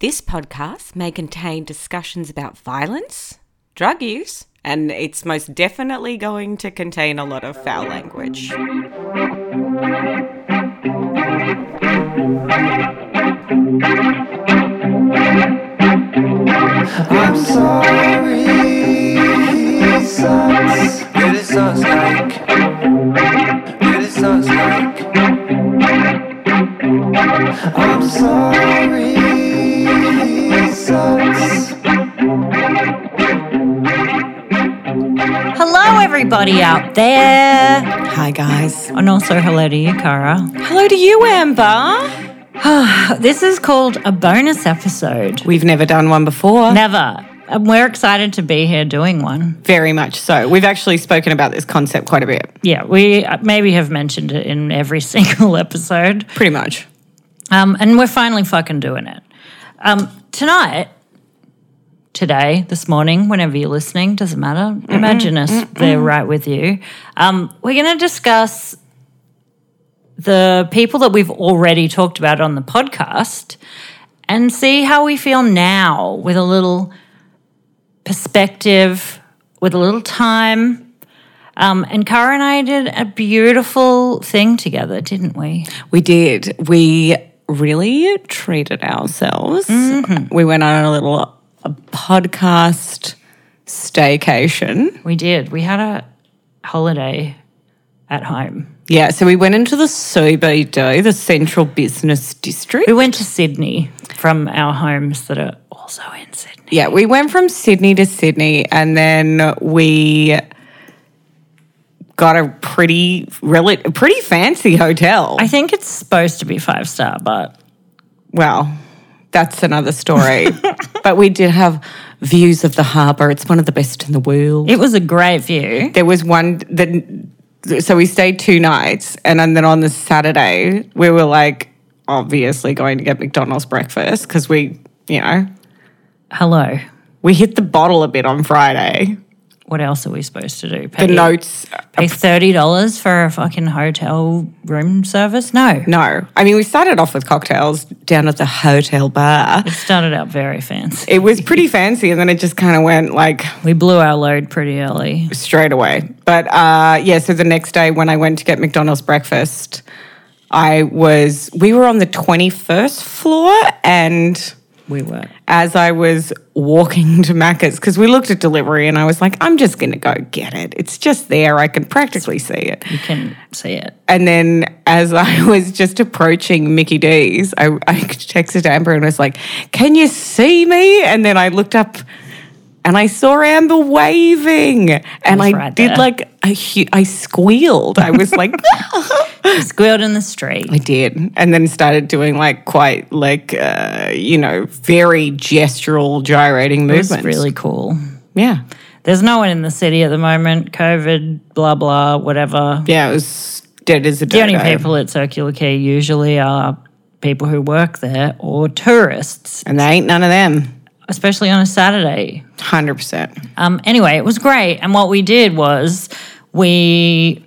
This podcast may contain discussions about violence, drug use, and it's most definitely going to contain a lot of foul language. I'm sorry, it sucks. It sucks like. It sucks like. I'm sorry, it sucks. Hello, everybody out there. Hi, guys. And also, hello to you, Cara. Hello to you, Amber. This is called a bonus episode. We've never done one before. Never. And we're excited to be here doing one. Very much so. We've actually spoken about this concept quite a bit, Yeah, we uh, maybe have mentioned it in every single episode. pretty much. Um, and we're finally fucking doing it. Um, tonight, today, this morning, whenever you're listening, doesn't matter. Imagine us there right with you. Um, we're going to discuss the people that we've already talked about on the podcast and see how we feel now with a little perspective, with a little time. Um, and Cara and I did a beautiful thing together, didn't we? We did. We really treated ourselves. We went on a little a podcast staycation. We did. We had a holiday at home. Yeah, so we went into the CBD, the Central Business District. We went to Sydney from our homes that are also in Sydney. Yeah, we went from Sydney to Sydney and then we got a pretty rel- pretty fancy hotel. I think it's supposed to be five star, but Well, that's another story. but we did have views of the harbour. It's one of the best in the world. it was a great view. There was one that, so we stayed two nights, and then on the Saturday we were like obviously going to get McDonald's breakfast because we, you know, Hello. we hit the bottle a bit on Friday. What else are we supposed to do? The Pay, notes, pay thirty dollars for a fucking hotel room service? No. no. I mean, we started off with cocktails down at the hotel bar. It started out very fancy. It was pretty fancy, and then it just kind of went like We blew our load pretty early. straight away. But uh, yeah, so the next day when I went to get McDonald's breakfast, I was we were on the 21st floor and We were. as I was walking to Macca's because we looked at delivery and I was like I'm just going to go get it. It's just there. I can practically see it. You can see it. And then as I was just approaching Mickey D's, I, I texted Amber and was like, Can you see me? And then I looked up and I saw Amber waving. And I was right did there. like, a hu- I squealed. I was like, Squealed in the street. I did. And then started doing like quite like, uh, you know, very gestural, gyrating It was movements. really cool. yeah. There's no one in the city at the moment. COVID, blah blah, whatever. Yeah, it was dead as a The only dodo. people at Circular Quay usually are people who work there or tourists, And there ain't none of them. especially on a Saturday. 100%. Um, anyway, it was great, and what we did was we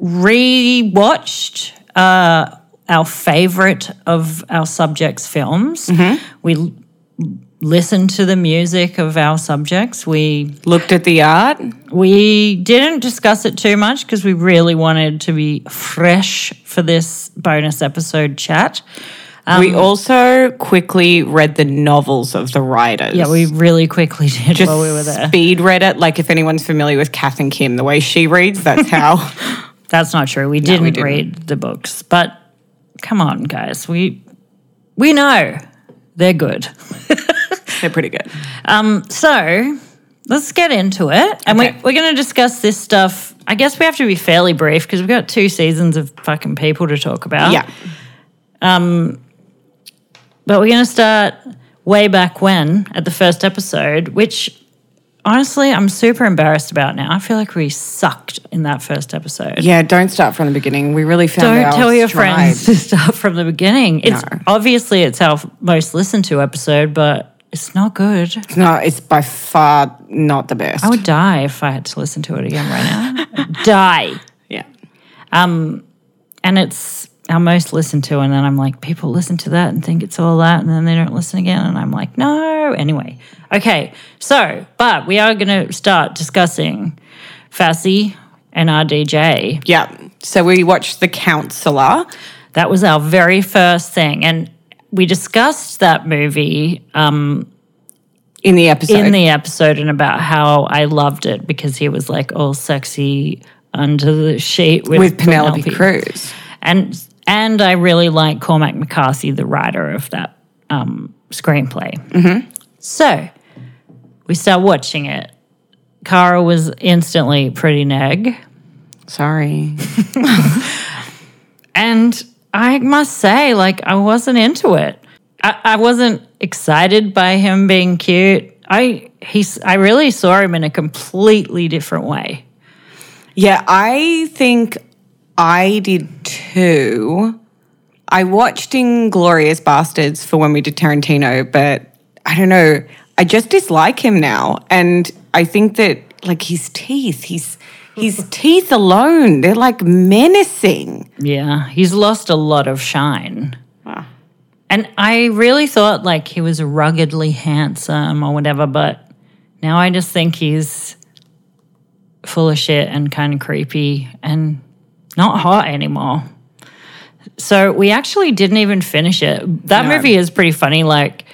re-watched uh, our favorite of our subjects' films. We l- listened to the music of our subjects. We Looked at the art. We didn't discuss it too much because we really wanted to be fresh for this bonus episode chat. we Um, also quickly read the novels of the writers. Yeah, we really quickly did just while we were there. speed read it. Like if anyone's familiar with Kath and Kim, the way she reads, that's how. That's not true. We didn't, didn't. read the books, but come on, guys. We we know they're good. They're pretty good. So let's get into it, and Okay. we, we're going to discuss this stuff. I guess we have to be fairly brief because we've got two seasons of fucking people to talk about. Yeah, But we're going to start way back when at the first episode, which honestly, I'm super embarrassed about now. I feel like we sucked in that first episode. yeah. Don't start from the beginning. We really found. Don't our tell your stride. friends to start from the beginning. It's obviously it's our most listened to episode, but it's not good. No, it's by far not the best. I would die if I had to listen to it again right now. die. yeah, And it's our most listened to, and then I'm like, people listen to that and think it's all that, and then they don't listen again, and I'm like, no. Anyway, okay, so but we are going to start discussing Fassi and RDJ. Yeah. So we watched The Counselor. That was our very first thing, and we discussed that movie in the episode. in the episode and about how I loved it because he was like all sexy under the sheet with, with Penelope, Cruz. and and I really like Cormac McCarthy, the writer of that um, screenplay. Mm-hmm. So we start watching it. Kara was instantly pretty neg, Sorry. and I must say, like, I wasn't into it. I, I wasn't excited by him being cute. I he's I really saw him in a completely different way. Yeah, I think I did too. I watched Inglorious Bastards for when we did Tarantino, but I don't know. I just dislike him now. And I think that like his teeth, his his teeth alone, they're like menacing. Yeah, he's lost a lot of shine. And I really thought like he was ruggedly handsome or whatever, but now I just think he's full of shit and kind of creepy and not hot anymore. So we actually didn't even finish it. That movie is pretty funny. Like,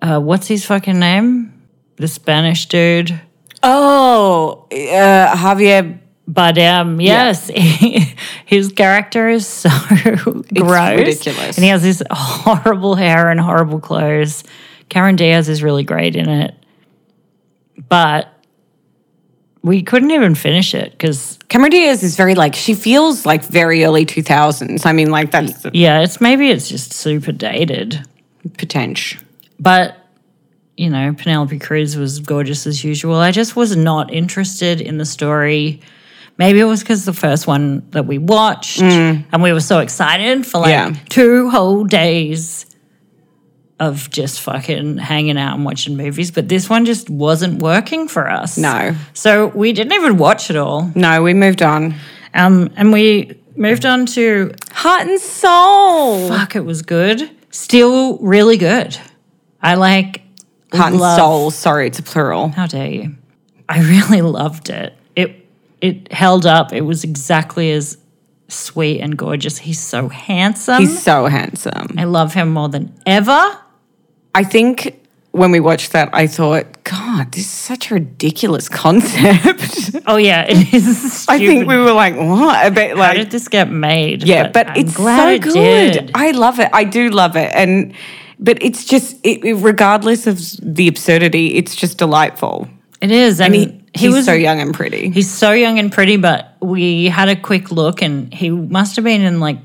uh, what's his fucking name? The Spanish dude. Oh, uh, Javier But um, yes, his character is so gross, ridiculous. and he has this horrible hair and horrible clothes. Karen Diaz is really great in it, but we couldn't even finish it because Cameron Diaz is very like she feels like very early 2000s. I mean like that's the yeah, it's maybe it's just super dated. potential. But you know, Penelope Cruz was gorgeous as usual. I just was not interested in the story. Maybe it was because the first one that we watched and we were so excited for like Mm. Yeah. two whole days of just fucking hanging out and watching movies. But this one just wasn't working for us. No. So we didn't even watch it all. No, we moved on. Um, and we moved on to, Heart and soul. fuck, it was good. Still really good. I like Heart and love- soul. Sorry, it's a plural. How dare you? I really loved it. It it held up. It was exactly as sweet and gorgeous. He's so handsome. He's so handsome. I love him more than ever. I think when we watched that, I thought, God, this is such a ridiculous concept. Oh yeah, it is. Stupid. I think we were like, what? A bit How like, did this get made? yeah, but, I'm it's glad so it good. did. I love it. I do love it. And but it's just, it, it- regardless of the absurdity, it's just delightful. It is, and, He, he, he's was so young and pretty. He's so young and pretty, but we had a quick look, and he must have been in like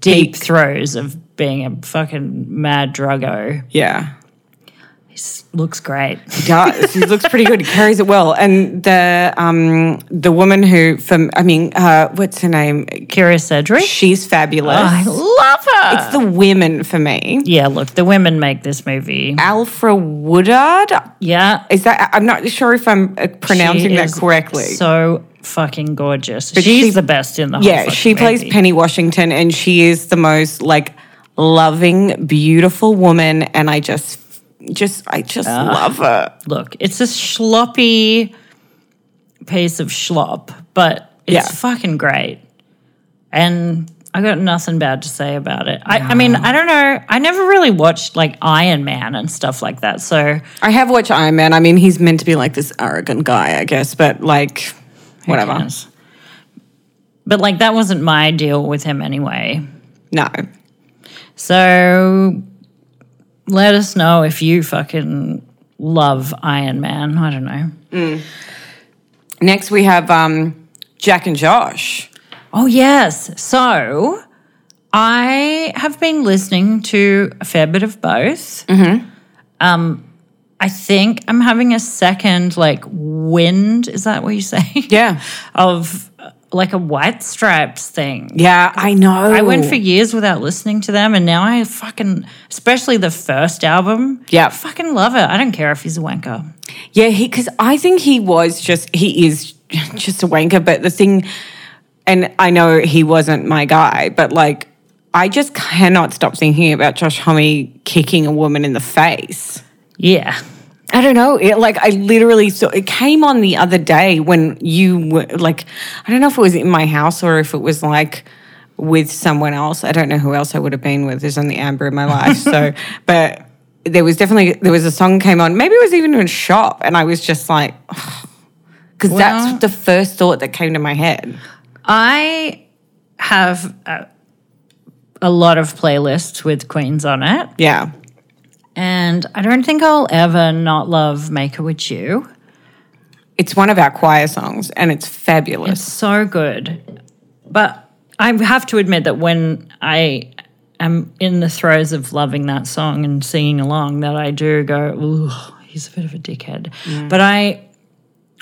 deep Peak. throes of being a fucking mad druggo. yeah, Looks great. he does. he looks pretty good. He carries it well. And the um the woman who from I mean, uh, what's her name? Kira Sedgwick. She's fabulous. I love her. It's the women for me. yeah, look, the women make this movie. Alfra Woodard. Yeah. Is that? I'm not sure if I'm uh, pronouncing she that is correctly. So fucking gorgeous. She's she- the best in the whole yeah, fucking she plays movie. Penny Washington, and she is the most like loving, beautiful woman. And I just, just, I just love her. Look, it's a schloppy piece of schlop, but it's Yeah. fucking great. And I got nothing bad to say about it. I, I mean, I don't know. I never really watched like Iron Man and stuff like that. So I have watched Iron Man. I mean, he's meant to be like this arrogant guy, I guess, but like, whatever. Yes. But like that wasn't my deal with him anyway. No, So let us know if you fucking love Iron Man. I don't know. next we have um, Jack and Josh. Oh, yes. So I have been listening to a fair bit of both. Um, Mm-hmm. I think I'm having a second, like, wind. Is that what you say? Yeah, Of uh, like a white stripes thing. yeah, I know. I went for years without listening to them, and now I fucking, especially the first album. Yeah. Fucking love it. I don't care if he's a wanker. Yeah, he because I think he was just he is just a wanker. But the thing and I know he wasn't my guy, but like, I just cannot stop thinking about Josh Homme kicking a woman in the face. Yeah. I don't know. It, like I literally saw it came on the other day when you were like, I don't know if it was in my house or if it was like with someone else. I don't know who else I would have been with. There's only Amber in my life. So, but there was definitely there was a song came on. Maybe it was even in a shop, and I was just like, because Well- that's the first thought that came to my head. I have a, a lot of playlists with Queens on it. Yeah, And I don't think I'll ever not love Make It With You. it's one of our choir songs, and it's fabulous. So good. But I have to admit that when I am in the throes of loving that song and singing along, that I do go, ooh, he's a bit of a dickhead. But I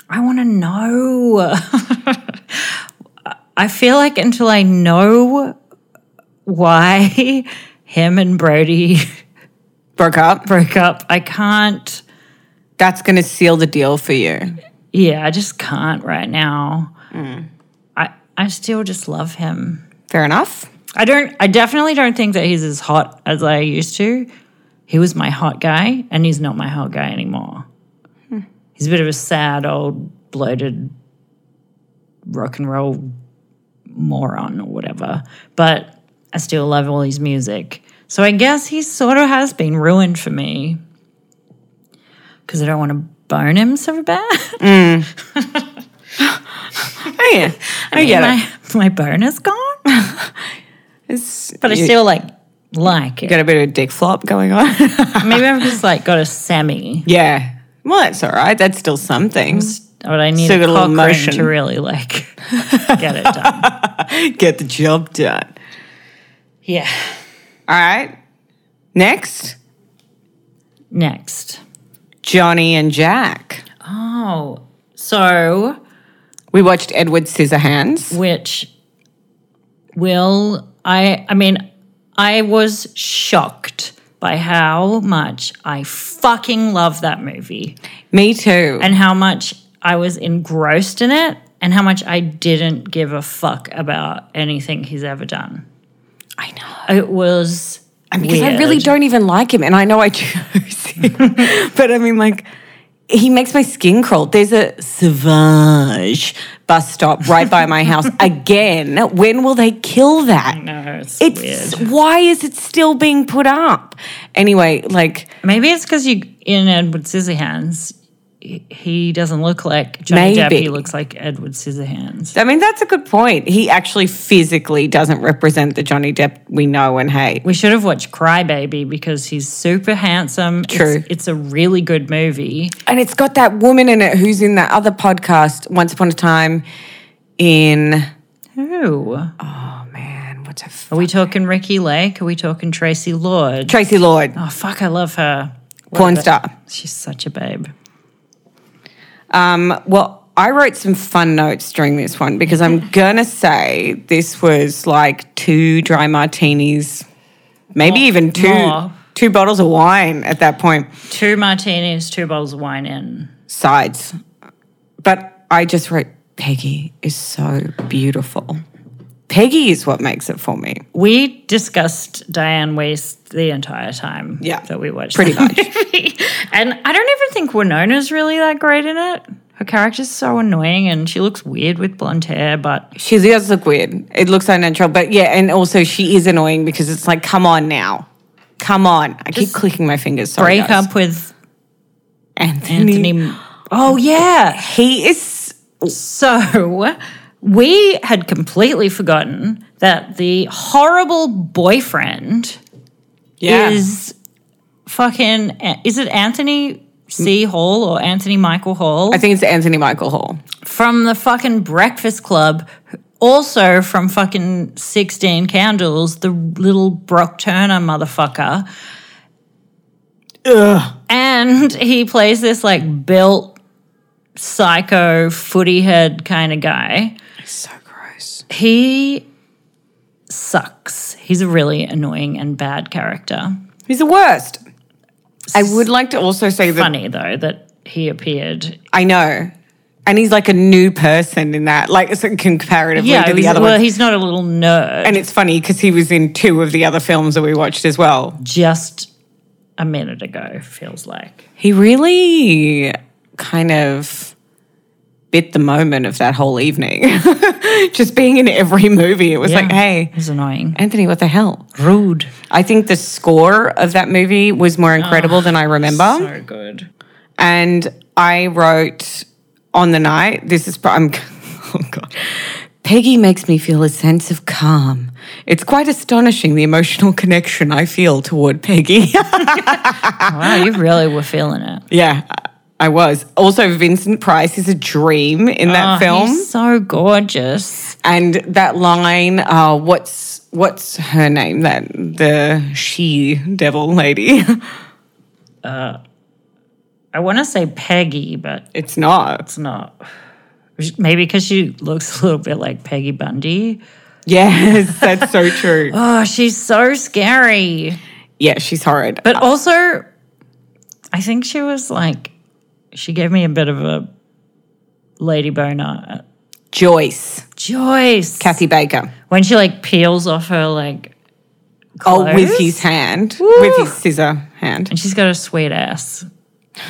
I wanna know. I feel like until I know why him and Brody Broke up. broke up, I can't That's going to seal the deal for you. yeah, I just can't right now. I I still just love him. Fair enough. I don't. I definitely don't think that he's as hot as I used to. He was my hot guy, and he's not my hot guy anymore. He's a bit of a sad old bloated rock and roll moron or whatever. But I still love all his music. So I guess he sort of has been ruined for me because I don't want to bone him so bad. Oh yeah, I get it. my, my bone is gone, It's- but I you- still like like it. got a bit of a dick flop going on. Maybe I've just like got a semi, yeah. Well, that's all right. That's still something. but I need Still a got a little cock ring motion. to really like get it done. Get the job done. Yeah. All right. Next, Next. Johnny and Jack. Oh, so We watched Edward Scissorhands. which will I? I mean, I was shocked by how much I fucking love that movie. Me too. and how much I was engrossed in it and how much I didn't give a fuck about anything he's ever done. I know. It was Because I weird. really don't even like him, and I know I chose him, but I mean, like, he makes my skin crawl. There's a Savage bus stop right by my house again. When will they kill that? No, it's, It's weird. why is it still being put up? Anyway, like Maybe it's because you in Edward Scissorhands, he- he doesn't look like Johnny Depp. Maybe. He looks like Edward Scissorhands. I mean that's a good point. He actually physically doesn't represent the Johnny Depp we know and hate. We should have watched Crybaby because he's super handsome. It's- True. It's, a really good movie. And it's got that woman in it who's in that other podcast Once Upon a Time in Who? oh man, what's her f- Are we talking Ricky Lake? Are we talking Tracy Lord? Tracy Lord, oh, fuck, I love her. porn about- star. She's such a babe. Um, well, I wrote some fun notes during this one because I'm gonna say this was like two dry martinis, maybe even two more. two bottles of wine at that point. Two martinis, two bottles of wine in. sides. But I just wrote, Peggy is so beautiful. Peggy is what makes it for me, We discussed Diane West the entire time Yeah, that we watched. pretty that much. movie. and I don't even think Winona's really that great in it. Her character's so annoying and she looks weird with blonde hair, but She does look weird. It looks unnatural. But yeah, and also she is annoying because it's like, come on now. Come on. I keep clicking my fingers. Sorry, break guys. up with Anthony. Anthony. Oh, yeah. He is. So we had completely forgotten that the horrible boyfriend Yeah. is fucking, is it Anthony C. Hall or Anthony Michael Hall? I think it's Anthony Michael Hall. from the fucking Breakfast Club, also from fucking 16 Candles, the little Brock Turner motherfucker. And he plays this like built psycho footy head kind of guy. So gross. He sucks. He's a really annoying and bad character. He's the worst. I would like to also say that Funny though that he appeared I know. And he's like a new person in that, like so comparatively Yeah, to he's- the other well, one. he's not a little nerd. And it's funny because he was in two of the other films that we watched as well. Just a minute ago, feels like. He really kind of bit the moment of that whole evening. Just being in every movie, it was like, Yeah. hey, It's annoying. Anthony, what the hell? Rude. I think the score of that movie was more incredible Ah, than I remember. So good. and I wrote on the night. This is pro- I'm, oh god. Peggy makes me feel a sense of calm. It's quite astonishing the emotional connection I feel toward Peggy. Wow, you really were feeling it. yeah, I was. Also, Vincent Price is a dream in that Oh, film. He's so gorgeous. And that line, uh, what's what's her name? That the she devil lady. I want to say Peggy, but it's not. it's not. Maybe because she looks a little bit like Peggy Bundy. Yes, that's so true. Oh, she's so scary. Yeah, she's horrid. But also, I think she was like, she gave me a bit of a lady boner. Joyce, Joyce. Kathy Baker. When she like peels off her, like, Oh, with clothes? his hand, with his scissor hand. and she's got a sweet ass.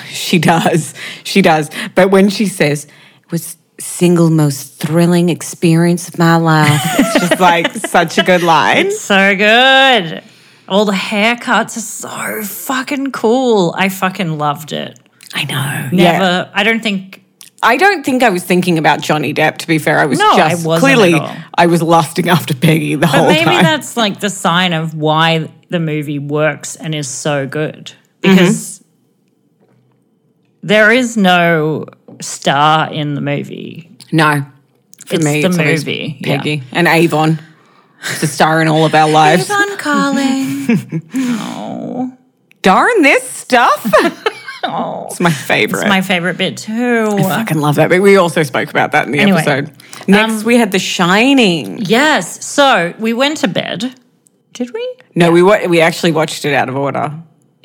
She does. She does. But when she says, it was single most thrilling experience of my life, it's just like such a good line. So good. All the haircuts are so fucking cool. I fucking loved it. I know. Never, Yeah. I don't think I don't think I was thinking about Johnny Depp, to be fair. I was No, I just wasn't at clearly, all. I was lusting after Peggy the But whole maybe time. that's like the sign of why the movie works and is so good because Mm-hmm. there is no star in the movie. no. For It's me, the it's always movie, yeah. Peggy and Avon. It's a star in all of our lives. on calling. Darn this stuff. it's my favorite. Oh. It's my favorite bit too. fucking love that. But we also spoke about that in the Anyway, um, episode. Next, we had The Shining. Yes. So we went to bed. Did we? No, we wa- we actually watched it out of order.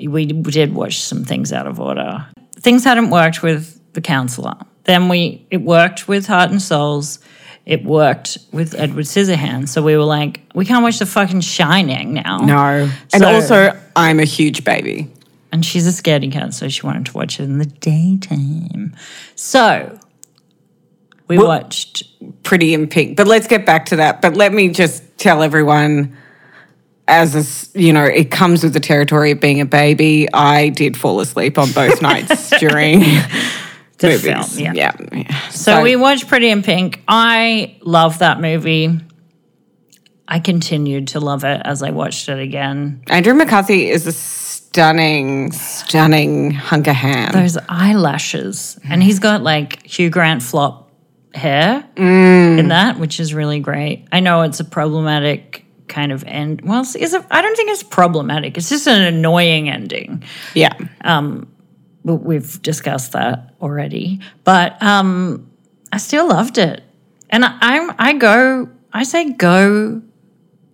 we did watch some things out of order. Things hadn't worked with the counselor. Then we it worked with Heart and Souls. It worked with Edward Scissorhands. So we were like, we can't watch the fucking Shining now. and So- also I'm a huge baby. And she's a scaredy cat, so she wanted to watch it in the daytime. So we watched. Pretty in pink. But let's get back to that. But let me just tell everyone. As a, s- you know, it comes with the territory of being a baby. I did fall asleep on both nights during the movies. film, yeah. yeah, yeah. So we watched Pretty in Pink. I love that movie. I continued to love it as I watched it again. Andrew McCarthy is a stunning, stunning hunk of ham. those eyelashes. And he's got like Hugh Grant flop hair in that, which is really great. I know it's a problematic kind of end. Well, it's- is it, I don't think it's problematic. It's just an annoying ending. yeah, But we've discussed that already. But um, I still loved it. And I, I'm, I go, I say go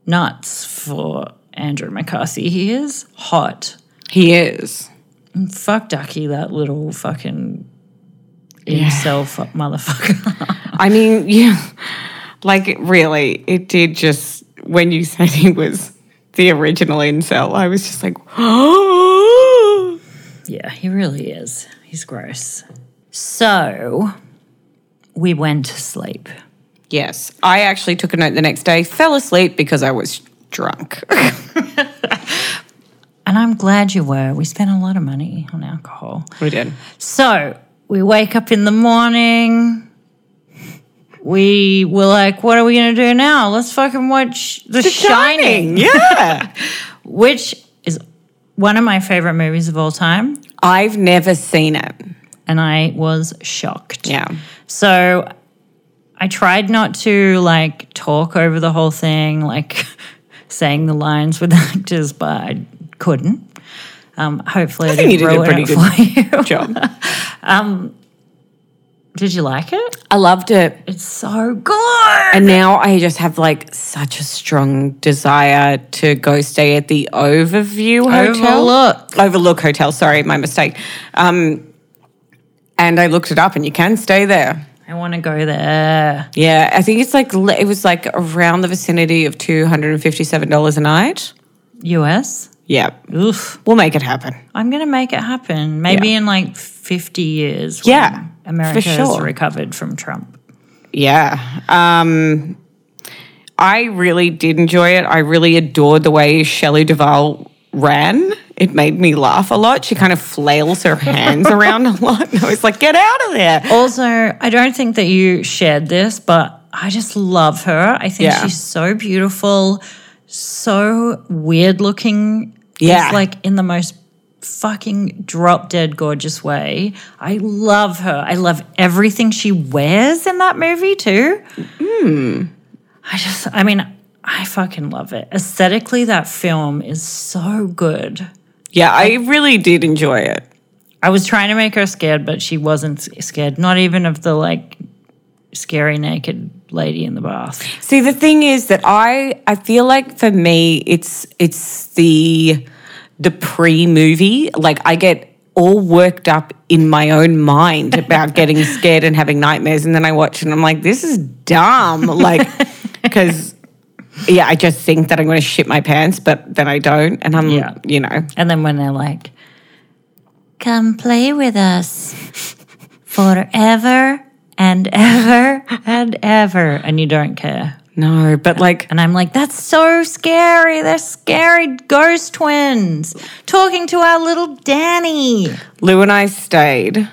nuts for Andrew McCarthy. He is hot. he is. Fuck Ducky, that little fucking himself motherfucker. I mean, yeah, like it really, it did just when you said he was the original incel, I was just like, oh, yeah, he really is. He's gross. So we went to sleep. yes. I actually took a note the next day, fell asleep because I was drunk. And I'm glad you were. We spent a lot of money on alcohol. we did. So we wake up in the morning. We were like, what are we going to do now? Let's fucking watch The, Shining, yeah. which is one of my favorite movies of all time. I've never seen it. And I was shocked. Yeah, So I tried not to like talk over the whole thing, like saying the lines with the actors, but I couldn't. Um, hopefully, I, think didn't you did a ruin pretty it for you. job. Did you like it? I loved it. It's so good. And now I just have like such a strong desire to go stay at the Overview Hotel. Overlook. Overlook Hotel, sorry, my mistake. Um, and I looked it up and you can stay there. I want to go there. Yeah, I think it's like le- it was like around the vicinity of two hundred and fifty-seven dollars a night. US? Yeah, Oof. we'll make it happen. I'm going to make it happen. Maybe in like 50 years. when Yeah, for America has sure. recovered from Trump. Yeah. Um, I really did enjoy it. I really adored the way Shelley Duvall ran. It made me laugh a lot. She kind of flails her hands around a lot. And I was like, get out of there. Also, I don't think that you shared this, but I just love her. I think Yeah. she's so beautiful, so weird looking. Yeah. It's like in the most fucking drop dead gorgeous way. I love her. I love everything she wears in that movie too. Hmm. I just, I mean, I fucking love it. Aesthetically, that film is so good. Yeah, I really did enjoy it. I was trying to make her scared, but she wasn't s- scared. Not even of the like scary naked lady in the bath. See, the thing is that I I feel like for me it's it's the the pre movie. Like I get all worked up in my own mind about getting scared and having nightmares, and then I watch it and I'm like, this is dumb. Like because. Yeah, I just think that I'm going to shit my pants, but then I don't, and I'm, Yeah. you know, And then when they're like, "Come play with us forever and ever and ever," and you don't care. no. But like, And I'm like, that's so scary. They're scary ghost twins talking to our little Danny. Lou and I stayed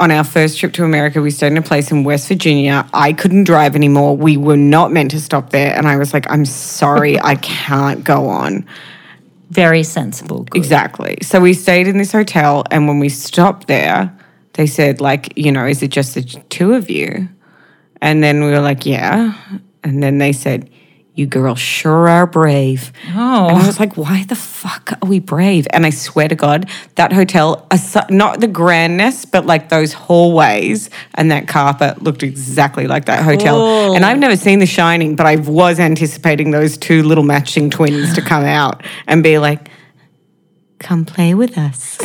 on our first trip to America. We stayed in a place in West Virginia. I couldn't drive anymore. We were not meant to stop there. And I was like, I'm sorry, I can't go on. Very sensible. Good. Exactly. So we stayed in this hotel. And when we stopped there, they said, like, you know, is it just the two of you? And then we were like, yeah. And then they said, you girls sure are brave. Oh. And I was like, why the fuck are we brave? And I swear to God, that hotel, aso- not the grandness, but like those hallways and that carpet looked exactly like that hotel. And I've never seen The Shining, but I was anticipating those two little matching twins to come out and be like, come play with us.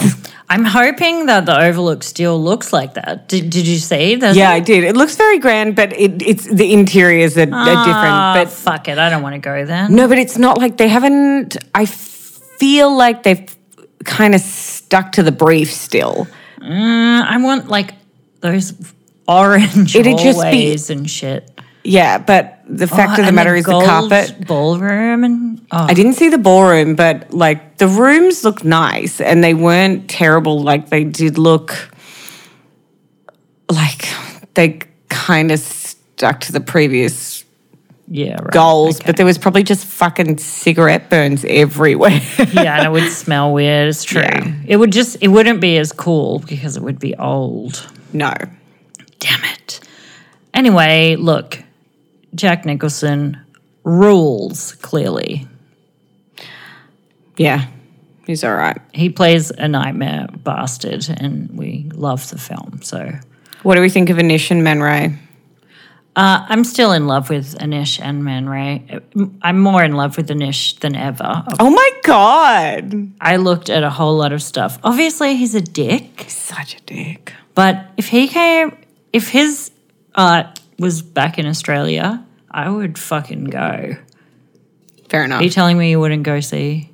I'm hoping that the Overlook still looks like that. Did, did you see? There's yeah, I did. It looks very grand, but it, it's the interiors are, are Ah, different. But fuck it, I don't want to go then. No, but it's not like they haven't. I feel like they've kind of stuck to the brief still. I want like those orange It'd just be- hallways and shit. Yeah, but the fact of Oh, the and matter is the gold carpet. ballroom and oh, I didn't see the ballroom, but like the rooms look nice and they weren't terrible. Like they did look like they kind of stuck to the previous yeah, right. goals, but there was probably just fucking cigarette burns everywhere. yeah, and it would smell weird. It's true. Yeah. It would just it wouldn't be as cool because it would be old. no. Damn it. Anyway, look, Jack Nicholson rules clearly. Yeah. He's all right. He plays a nightmare bastard, and we love the film. So What do we think of Anish and Man Ray? Uh, I'm still in love with Anish and Man Ray. I'm more in love with Anish than ever. Oh my god. I looked at a whole lot of stuff. Obviously, he's a dick, Such a dick. but if he came, if his art was back in Australia, I would fucking go. Are Fair enough. you telling me you wouldn't go see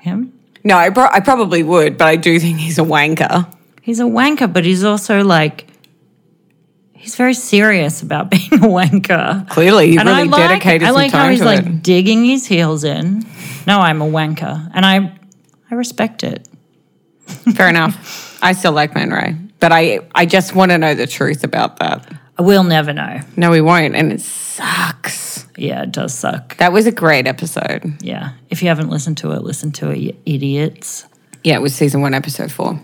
him? No, I, pro- I probably would, but I do think he's a wanker. He's a wanker, but he's also like, he's very serious about being a wanker. Clearly, he And really I like, dedicated I some like time how he's to like it. digging his heels in. No, I'm a wanker, and I, I respect it. Fair enough. I still like Man Ray, but I I just want to know the truth about that. I will never know. No, we won't, and it sucks. Yeah, it does suck. That was a great episode. Yeah, if you haven't listened to it, listen to it, you idiots. Yeah, it was season one, episode four.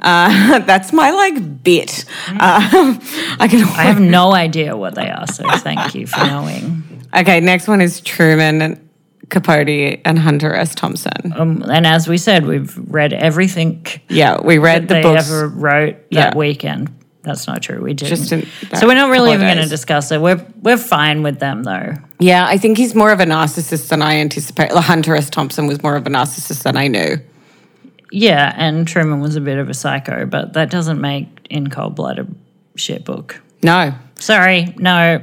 Uh, that's my like bit. Uh, I can. I have no idea what they are, so thank you for knowing. Okay, next one is Truman and Capote and Hunter S. Thompson. Um, and as we said, we've read everything Yeah, we read the they books. ever wrote that Yeah. weekend. That's not true. We did. Just in that So we're not really couple of even going to days. discuss it. We're we're fine with them though. Yeah, I think he's more of a narcissist than I anticipate. Like, Hunter S. Thompson was more of a narcissist than I knew. Yeah, and Truman was a bit of a psycho, but that doesn't make In Cold Blood a shit book. No. Sorry, no,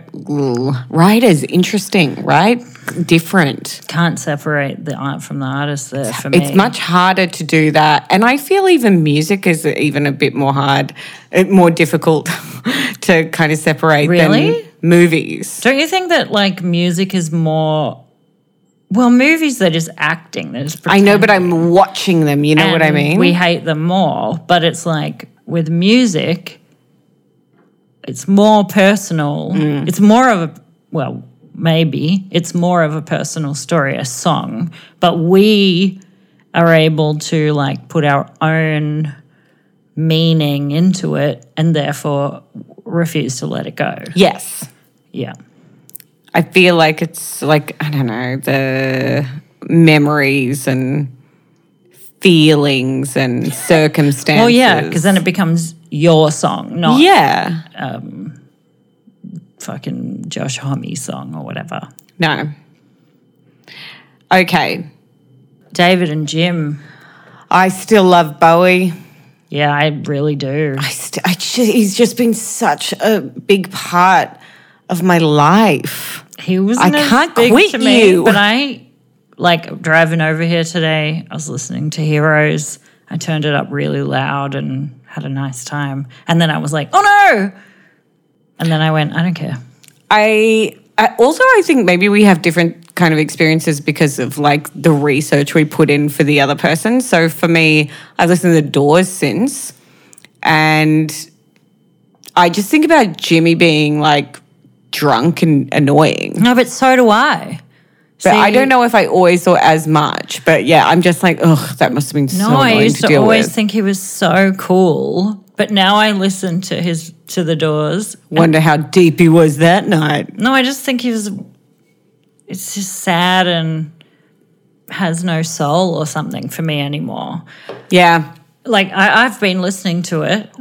Writers, interesting, right? Different. can't separate the art from the artist there for me. It's much harder to do that. And I feel even music is even a bit more hard, eh, more difficult to kind of separate Really? than movies. Don't you think that like music is more? Well, movies they're just acting. They're just I know, but I'm watching them. You know what I and mean? We hate them more, but it's like with music, it's more personal. Mm. It's more of a, well, maybe it's more of a personal story, a song, but we are able to like put our own meaning into it and therefore refuse to let it go. yes. Yeah. I feel like it's like, I don't know, the memories and feelings and circumstances. Well, yeah, because then it becomes your song, not Yeah. fucking Josh Homme's song or whatever. No. Okay. David and Jim. I still love Bowie. Yeah, I really do. I st- I ju- he's just been such a big part of my life. He was. I can't quit to me, you. But I like driving over here today. I was listening to Heroes. I turned it up really loud and had a nice time. And then I was like, "Oh no!" And then I went, "I don't care." I, I also I think maybe we have different kind of experiences because of like the research we put in for the other person. So for me, I've listened to The Doors since, and I just think about Jimmy being like drunk and annoying. No, but so do I. But I don't know if I always saw as much. But yeah, I'm just like, ugh, that must have been so No, annoying I used to, to, deal always with. think he was so cool, but now I listen to his to the Doors. Wonder how deep he was that night. No, I just think he was. It's just sad and has no soul or something for me anymore. Yeah. like I, I've been listening to it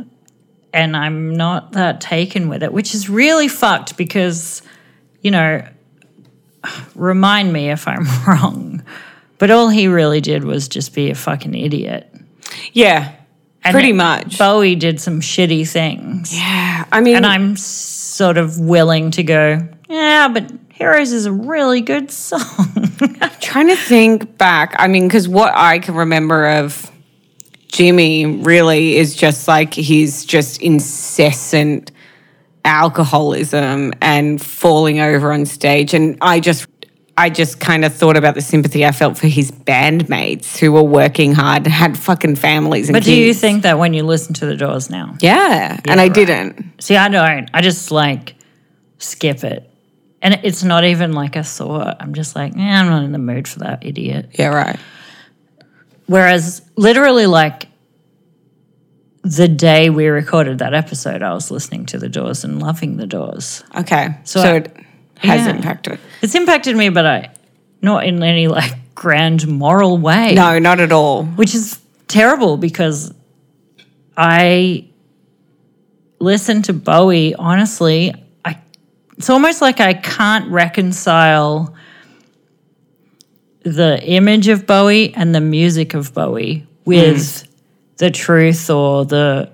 and I'm not that taken with it, which is really fucked because, you know, remind me if I'm wrong. But all he really did was just be a fucking idiot. Yeah. And pretty much. Bowie did some shitty things. I mean, And I'm sort of willing to go, yeah, but Heroes is a really good song. trying to think back. I mean, because what I can remember of Jimmy really is just like his just incessant alcoholism and falling over on stage. And I just, I just kind of thought about the sympathy I felt for his bandmates who were working hard and had fucking families. And But do you kids. think that when you listen to The Doors now? Yeah, and I didn't. See, I don't. I just like skip it. And it's not even like a thought. I'm just like, eh, I'm not in the mood for that idiot. Yeah, right. Whereas, literally, like the day we recorded that episode, I was listening to The Doors and loving The Doors. Okay, so, So I- it has Yeah. impacted. It's impacted me, but I not in any like grand moral way. No, not at all. which is terrible because I listen to Bowie. Honestly, I it's almost like I can't reconcile the image of Bowie and the music of Bowie with the truth or the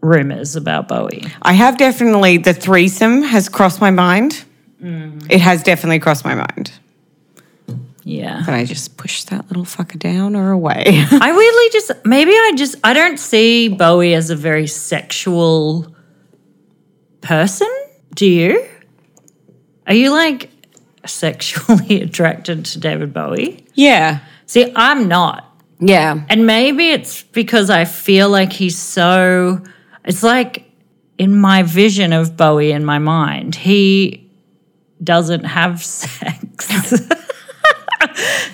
rumors about Bowie. I have definitely the threesome has crossed my mind. It has definitely crossed my mind. Yeah. But I just push that little fucker down or away. I weirdly just maybe I just I don't see Bowie as a very sexual person. Do you? Are you like sexually attracted to David Bowie? yeah. See, I'm not. Yeah. And maybe it's because I feel like he's so it's like in my vision of Bowie in my mind, he doesn't have sex.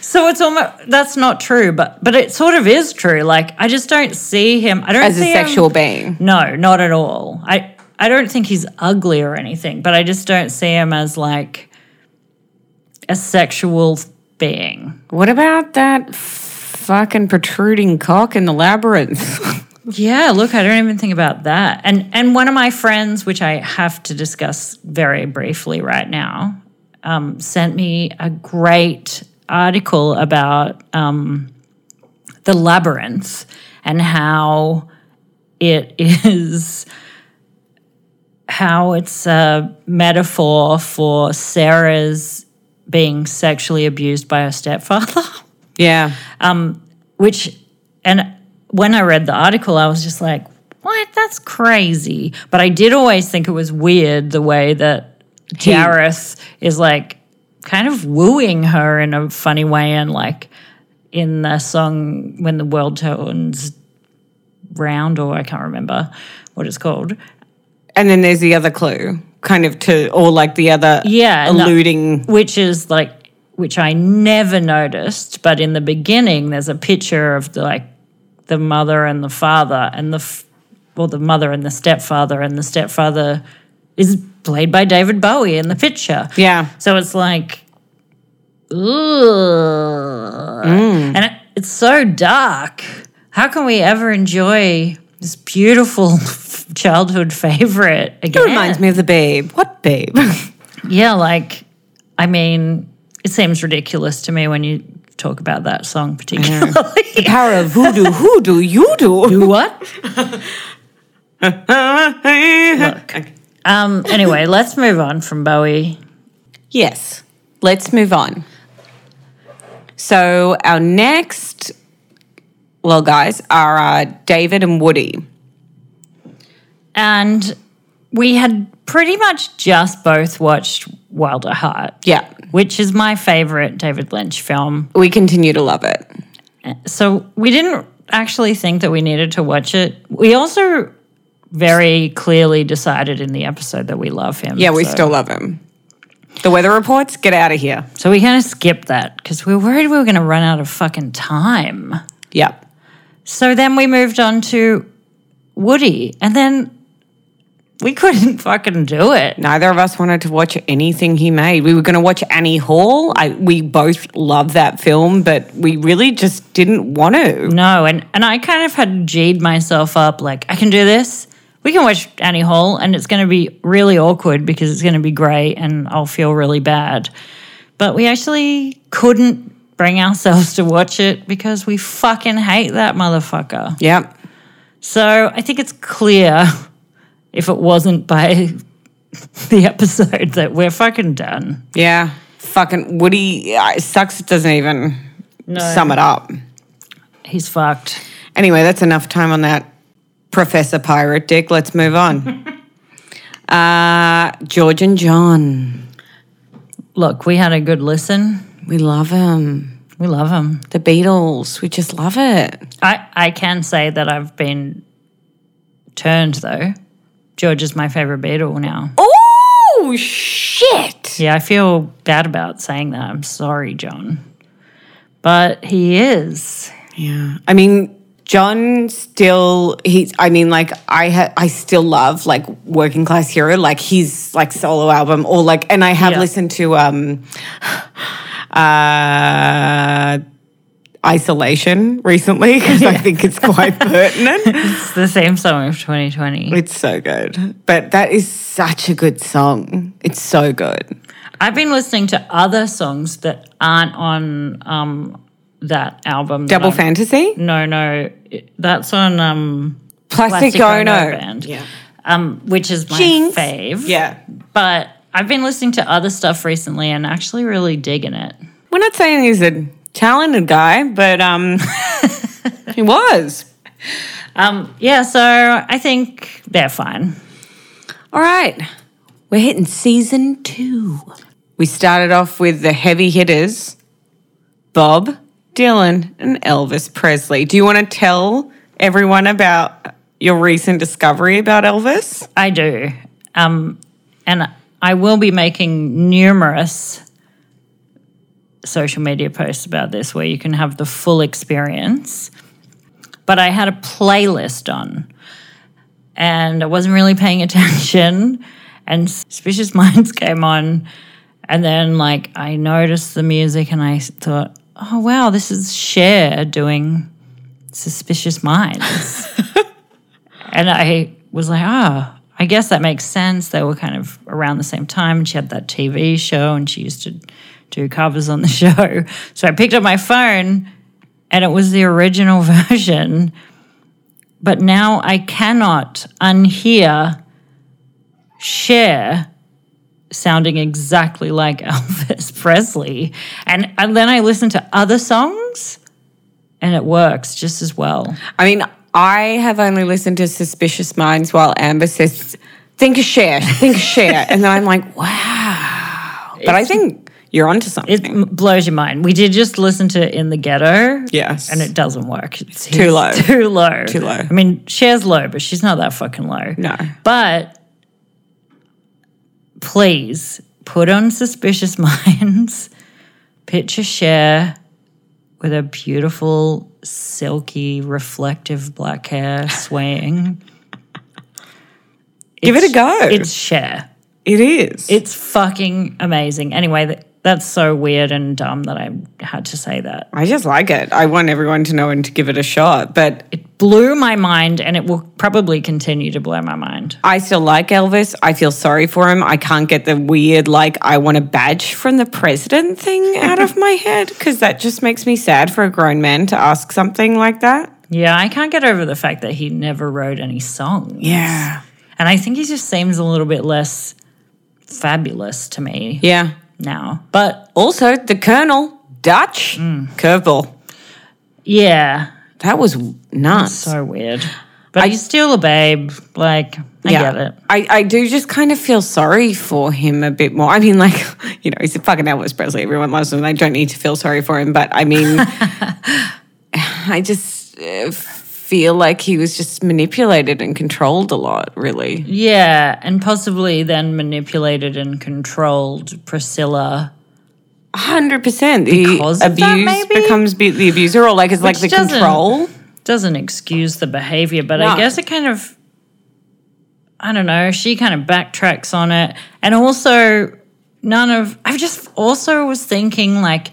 so it's almost that's not true, but but it sort of is true. Like I just don't see him. I don't As see a him- sexual being. No, not at all. I I don't think he's ugly or anything, but I just don't see him as like a sexual being. What about that fucking protruding cock in the labyrinth? Yeah, look, I don't even think about that. And and one of my friends, which I have to discuss very briefly right now, um, sent me a great article about um, the labyrinth and how it is how it's a metaphor for Sarah's being sexually abused by her stepfather, Yeah. which, and when I read the article, I was just like, what? That's crazy. But I did always think it was weird the way that Jareth is like kind of wooing her in a funny way and like in the song When the World Turns Round, or I can't remember what it's called. And then there's the other clue, kind of to, or like the other Yeah, no. alluding. which is like which I never noticed, but in the beginning there's a picture of the, like the mother and the father and the f- well the mother and the stepfather and the stepfather is played by David Bowie in the picture. Yeah. So it's like ugh. Mm. And it, it's so dark. How can we ever enjoy this beautiful childhood favorite again? It reminds me of the babe. What babe? Yeah, like, I mean, it seems ridiculous to me when you talk about that song particularly. Power of voodoo. Who do you do? what? Look. Um, anyway, let's move on from Bowie. Yes. Let's move on. So our next little guys are uh, David and Woody. And we had pretty much just both watched Wild at Heart. Yeah. Which is my favorite David Lynch film. We continue to love it. So we didn't actually think that we needed to watch it. We also very clearly decided in the episode that we love him. Yeah, we so- still love him. The weather reports, get out of here. So we kind of skipped that because we were worried we were going to run out of fucking time. Yep. So then we moved on to Woody, and then we couldn't fucking do it. Neither of us wanted to watch anything he made. We were going to watch Annie Hall. I, we both love that film, but we really just didn't want to. No, and, and I kind of had G'd myself up like, I can do this. We can watch Annie Hall, and it's going to be really awkward because it's going to be great, and I'll feel really bad. But we actually couldn't bring ourselves to watch it because we fucking hate that motherfucker. Yep. So I think it's clear, if it wasn't by the episode, that we're fucking done. Yeah. Fucking Woody uh, sucks. It doesn't even sum it up. He's fucked. Anyway, that's enough time on that Professor Pirate Dick. Let's move on. uh, George and John. Look, we had a good listen. We love him. We love him. The Beatles. We just love it. I, I can say that I've been turned though. George is my favorite Beatle now. Oh, shit. Yeah, I feel bad about saying that. I'm sorry, John. But he is. Yeah. I mean, John still he's I mean like I ha- I still love like Working Class Hero like his like solo album or like and I have Yeah. listened to um uh Isolation recently because I think it's quite pertinent. It's the same song of 2020. It's so good. But that is such a good song. It's so good. I've been listening to other songs that aren't on um, that album. that Double I'm- Fantasy? No, no, it- that's on um, Plastic, Plastic Ono Ono. Band. Yeah, um, which is my Jinx. fave. Yeah. but I've been listening to other stuff recently and actually really digging it. We're not saying he's a talented guy, but um, he was. Um, yeah, so I think they're fine. All right, we're hitting season two. We started off with the heavy hitters Bob, Dylan, and Elvis Presley. Do you want to tell everyone about your recent discovery about Elvis? I do. Um, and I will be making numerous social media posts about this where you can have the full experience. But I had a playlist on and I wasn't really paying attention. And Suspicious Minds came on. And then, like, I noticed the music and I thought, oh, wow, this is Cher doing Suspicious Minds. And I was like, ah, I guess that makes sense. They were kind of around the same time. And she had that TV show and she used to do covers on the show. So I picked up my phone and it was the original version. But now I cannot unhear Cher sounding exactly like Elvis Presley. And, and then I listen to other songs and it works just as well. I mean, I have only listened to Suspicious Minds while Amber says, think of share, think of share. and then I'm like, wow. But I think you're onto something. It m- blows your mind. We did just listen to In the Ghetto. Yes. And it doesn't work. It's too low. Too low. Too low. I mean, Cher's low, but she's not that fucking low. No. But please put on Suspicious Minds. Picture Cher with her beautiful, silky, reflective black hair swaying. Give it a It's- go. It's Cher. it is. It's fucking amazing. Anyway, that, that's so weird and dumb that I had to say that. I just like it. I want everyone to know and to give it a shot. But It blew my mind and it will probably continue to blow my mind. I still like Elvis. I feel sorry for him. I can't get the weird, like, I want a badge from the president thing out of my head because that just makes me sad for a grown man to ask something like that. Yeah, I can't get over the fact that he never wrote any songs. Yeah. And I think he just seems a little bit less fabulous to me Yeah. now. But Also, the Colonel, Dutch, curveball. yeah, That was nuts. so weird. But he's still a babe. Like, I get it. I, I do just kind of feel sorry for him a bit more. I mean, like, you know, he's a fucking Elvis Presley. Everyone loves him. I don't need to feel sorry for him. But I mean, I just uh, feel like he was just manipulated and controlled a lot, really. Yeah, and possibly then manipulated and controlled Priscilla 100%. The Because of abuse that, maybe? becomes be- the abuser, or like it's like Which the doesn't- control. doesn't excuse the behavior, but No. I guess it kind of, I don't know, she kind of backtracks on it. And also, none of, I just also was thinking like,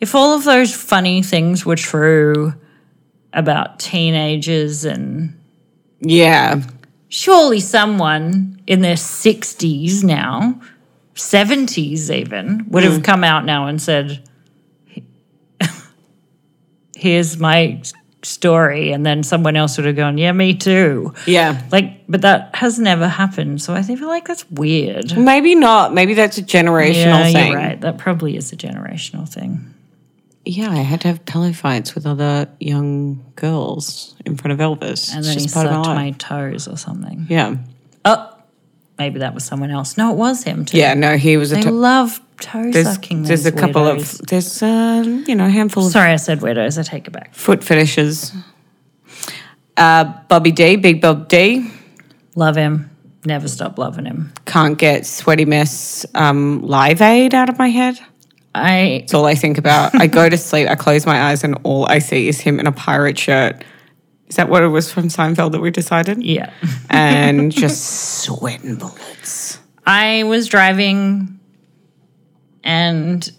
if all of those funny things were true about teenagers, and Yeah. surely someone in their 60s now, 70s even, would Hmm. have come out now and said, Here's my s- story. And then someone else would have gone, Yeah, me too. Yeah. Like, but that has never happened. So I think- feel like that's weird. Maybe not. Maybe that's a generational Yeah, thing. you're right. That probably is a generational thing. Yeah, I had to have pillow fights with other young girls in front of Elvis. And it's then he just part sucked of my life. my toes or something. yeah. Oh, maybe that was someone else. No, it was him too. Yeah, no, he was a They to- love toe there's, sucking. there's a these couple weirdos. of there's uh, you know, a handful of Sorry, I said weirdos. I take it back. foot fetishes. Uh Bobby D, Big Bob D, Love him. Never stop loving him. can't get sweaty mess um live aid out of my head. I It's all I think about. I go to sleep, I close my eyes and all I see is him in a pirate shirt. Is that what it was from Seinfeld that we decided? yeah. And just sweating bullets. I was driving, and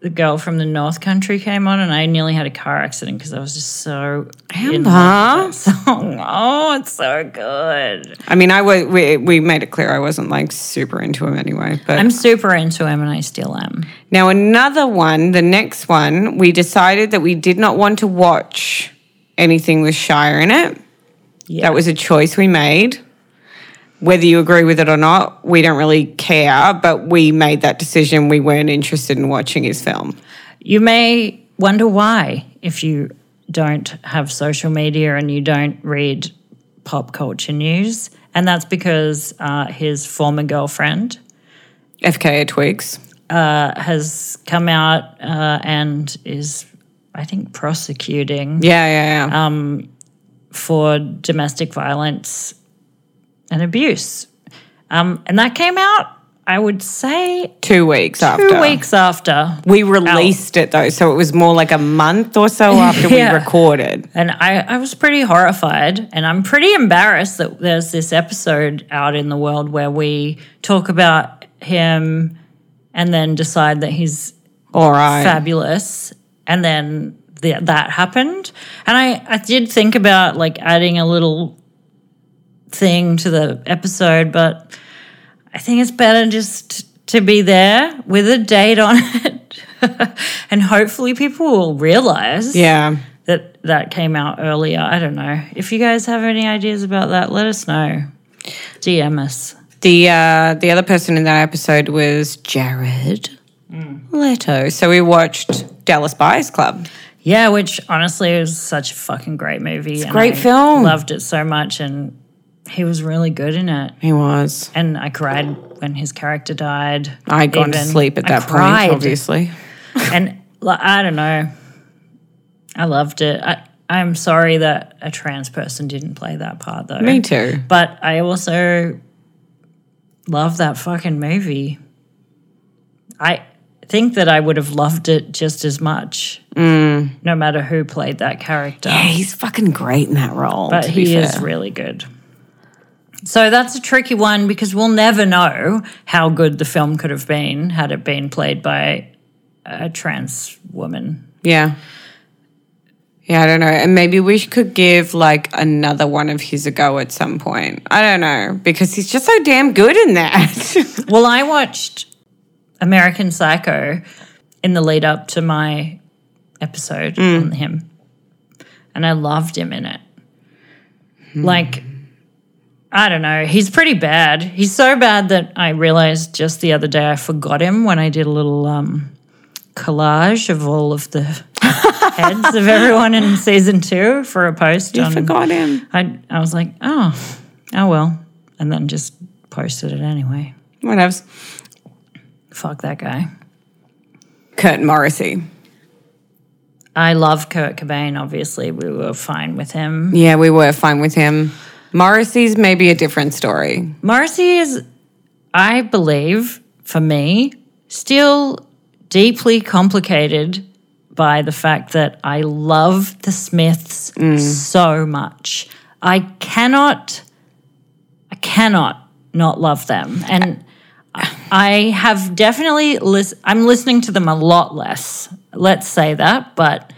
the girl from the North Country came on, and I nearly had a car accident because I was just so in love with that song. Oh, it's so good. I mean, I was we, we made it clear I wasn't like super into him anyway. But I'm super into him, and I still am. now another one, the next one, we decided that we did not want to watch anything with Shire in it. Yeah. That was a choice we made. Whether you agree with it or not, we don't really care. But we made that decision. We weren't interested in watching his film. You may wonder why if you don't have social media and you don't read pop culture news. And that's because uh, his former girlfriend FKA Twigs. has come out uh, and is, I think, prosecuting Yeah, yeah, yeah. for domestic violence and abuse. Um, and that came out, I would say, two weeks two after. weeks after. We released it though, so it was more like a month or so after Yeah. we recorded. And I, I was pretty horrified. And I'm pretty embarrassed that there's this episode out in the world where we talk about him and then decide that he's All right. fabulous. And then th- that happened. And I, I did think about like adding a little thing to the episode, but I think it's better just to be there with a date on it. and hopefully people will realize Yeah. that that came out earlier. I don't know. If you guys have any ideas about that, let us know. DM us. The uh, the other person in that episode was Jared Hmm. Leto. So we watched Dallas Buyers Club. Yeah, which honestly is such a fucking great movie. It's a great film. Loved it so much, and he was really good in it. He was. And I cried when his character died. I had gone to even. sleep at I that cried. point, obviously. and like, I don't know. I loved it. I, I'm sorry that a trans person didn't play that part though. Me too. But I also love that fucking movie. I think that I would have loved it just as much, no matter who played that character. Mm. Yeah, he's fucking great in that role. but to be he is fair. really good. So that's a tricky one because we'll never know how good the film could have been had it been played by a trans woman. Yeah. Yeah, I don't know. And maybe we could give like another one of his a go at some point. I don't know. Because he's just so damn good in that. Well, I watched American Psycho in the lead up to my episode on him, and I loved him in it. Like, I don't know, he's pretty bad. He's so bad that I realized just the other day I forgot him when I did a little um, collage of all of the heads of everyone in season two for a post. I on, forgot him. I, I was like, oh, oh well, and then just posted it anyway. Whatevs. Fuck that guy. Kurt Morrissey. I love Kurt Cobain. Obviously, we were fine with him. Yeah, we were fine with him. Morrissey's maybe a different story. Morrissey is, I believe, for me, still deeply complicated by the fact that I love the Smiths so much. I cannot, I cannot not love them. And I have definitely, lis- I'm listening to them a lot less. Let's say that. But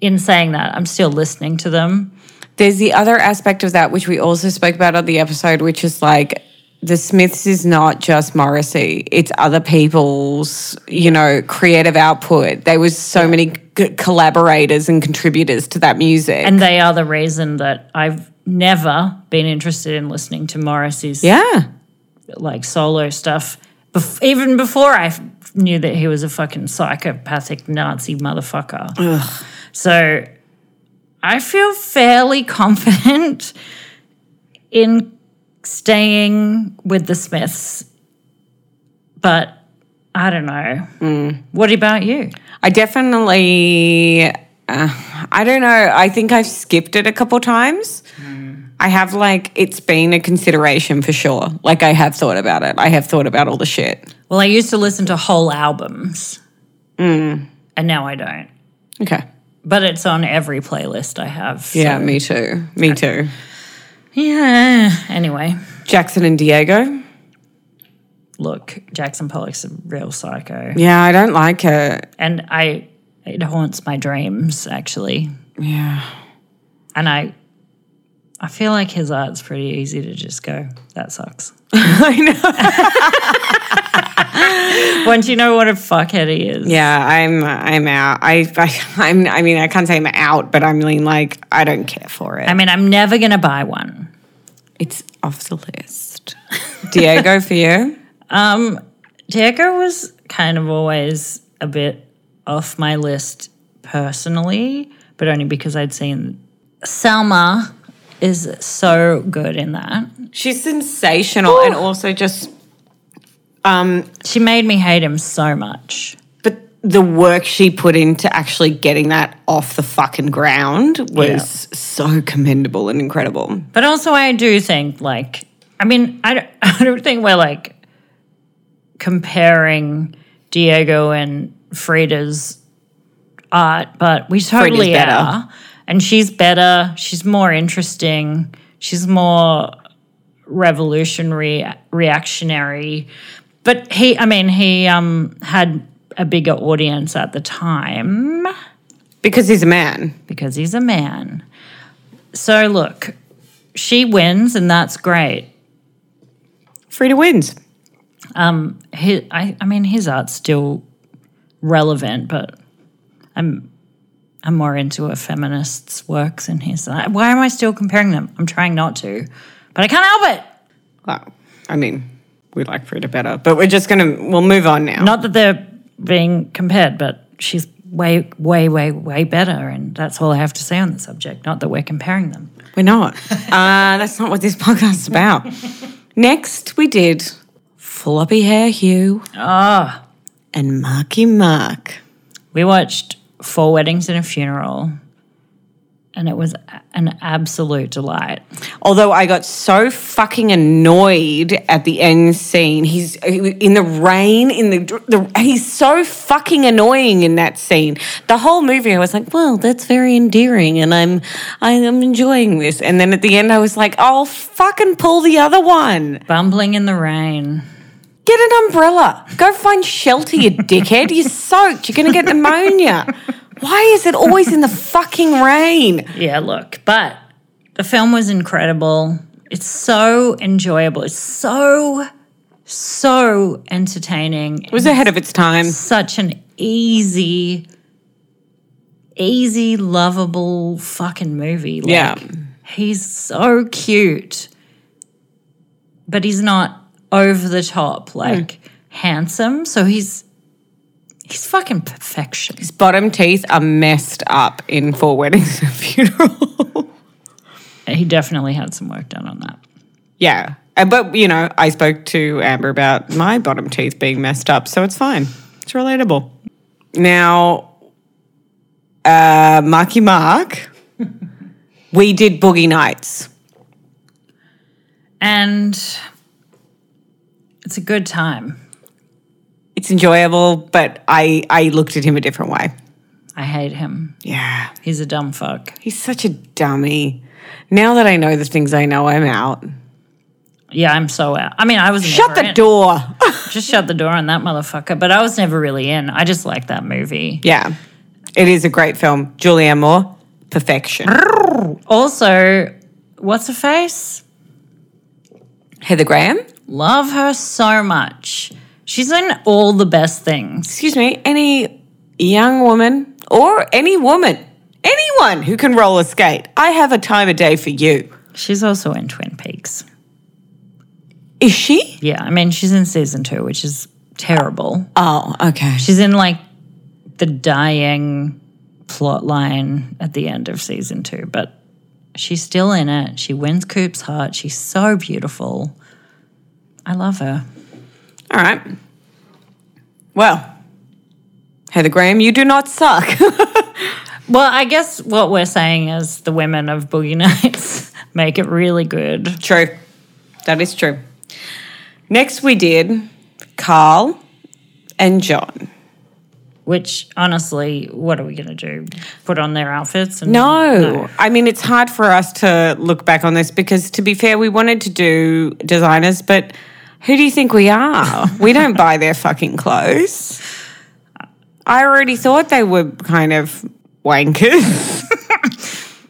in saying that, I'm still listening to them. There's the other aspect of that, which we also spoke about on the episode, which is like the Smiths is not just Morrissey, it's other people's, you know, creative output. There was so many c- collaborators and contributors to that music. and they are the reason that I've never been interested in listening to Morrissey's yeah. like solo stuff, bef- even before I f- knew that he was a fucking psychopathic Nazi motherfucker. So I feel fairly confident in staying with the Smiths, but I don't know. What about you? I definitely, uh, I don't know. I think I've skipped it a couple times. I have like, it's been a consideration for sure. Like, I have thought about it. I have thought about all the shit. Well, I used to listen to whole albums, and now I don't. Okay. But it's on every playlist I have. so- Yeah, me too. Me too. Yeah. Anyway, Jackson and Diego. look, Jackson Pollock's a real psycho. Yeah, I don't like it. And I it haunts my dreams, actually. Yeah. And I I feel like his art's pretty easy to just go, that sucks. I know. Once you know what a fuckhead he is. Yeah, I'm I'm out. I, I I'm I mean, I can't say I'm out, but I mean like I don't care for it. I mean, I'm never gonna buy one. it's off the list. Diego for you? Diego was kind of always a bit off my list personally, but only because I'd seen Selma is so good in that. She's sensational and also just um She made me hate him so much. but the work she put into actually getting that off the fucking ground was Yeah. so commendable and incredible. But also, I do think, like, I mean, I don't, I don't think we're like comparing Diego and Frida's art, but we totally better. are. And she's better. She's more interesting. She's more revolutionary, reactionary. But he, I mean, he um, had a bigger audience at the time Because he's a man. because he's a man. So look, she wins, and that's great. Frida wins. His, I, I mean, his art's still relevant, but I'm I'm more into a feminist's works than his. I- Why am I still comparing them? I'm trying not to, but I can't help it. Well, I mean, we like Frida better, but we're just gonna we'll move on now. Not that they're being compared, but she's way, way, way, way better. And that's all I have to say on the subject. Not that we're comparing them. we're not. uh, that's not what this podcast's about. Next, we did floppy hair Hugh Ah, and Marky Mark. we watched Four Weddings and a Funeral. And it was a- an absolute delight. Although I got so fucking annoyed at the end scene. He's in the rain, in the, the he's so fucking annoying in that scene. The whole movie, I was like, "Well, that's very endearing," and I'm I am enjoying this. And then at the end, I was like, "Oh, fucking pull the other one! Bumbling in the rain. Get an umbrella. Go find shelter, you dickhead. You're soaked. You're gonna get pneumonia. Why is it always in the fucking rain?" Yeah, look, but the film was incredible. It's so enjoyable. It's so, so entertaining. It was ahead of its time. such an easy, easy, lovable fucking movie. Like, Yeah. He's so cute, but he's not over the top, Hmm. like handsome. So he's. He's fucking perfection. His bottom teeth are messed up in Four Weddings and a Funeral. He definitely had some work done on that. yeah. Uh, But, you know, I spoke to Amber about my bottom teeth being messed up, so it's fine. It's relatable. Now, uh, Marky Mark, we did Boogie Nights. And it's a good time. It's enjoyable, but I, I looked at him a different way. I hate him. Yeah. He's a dumb fuck. He's such a dummy. Now that I know the things I know, I'm out. Yeah, I'm so out. I mean, I was Shut never the in. door. Just shut the door on that motherfucker. But I was never really in. I just like that movie. yeah. It is a great film. Julianne Moore, perfection. Also, what's her face? Heather Graham. Love her so much. She's in all the best things. Excuse me, any young woman or any woman, anyone who can roller skate, I have a time of day for you. She's also in Twin Peaks. Is she? Yeah, I mean, she's in season two, which is terrible. Oh, okay. She's in like the dying plot line at the end of season two, but she's still in it. She wins Coop's heart. She's so beautiful. I love her. All right. Well, Heather Graham, you do not suck. Well, I guess what we're saying is the women of Boogie Nights make it really good. true. That is true. Next, we did Carl and John. Which honestly, what are we gonna do? Put on their outfits? And No. I mean, it's hard for us to look back on this because, to be fair, we wanted to do designers, but who do you think we are? we don't buy their fucking clothes. I already thought they were kind of wankers.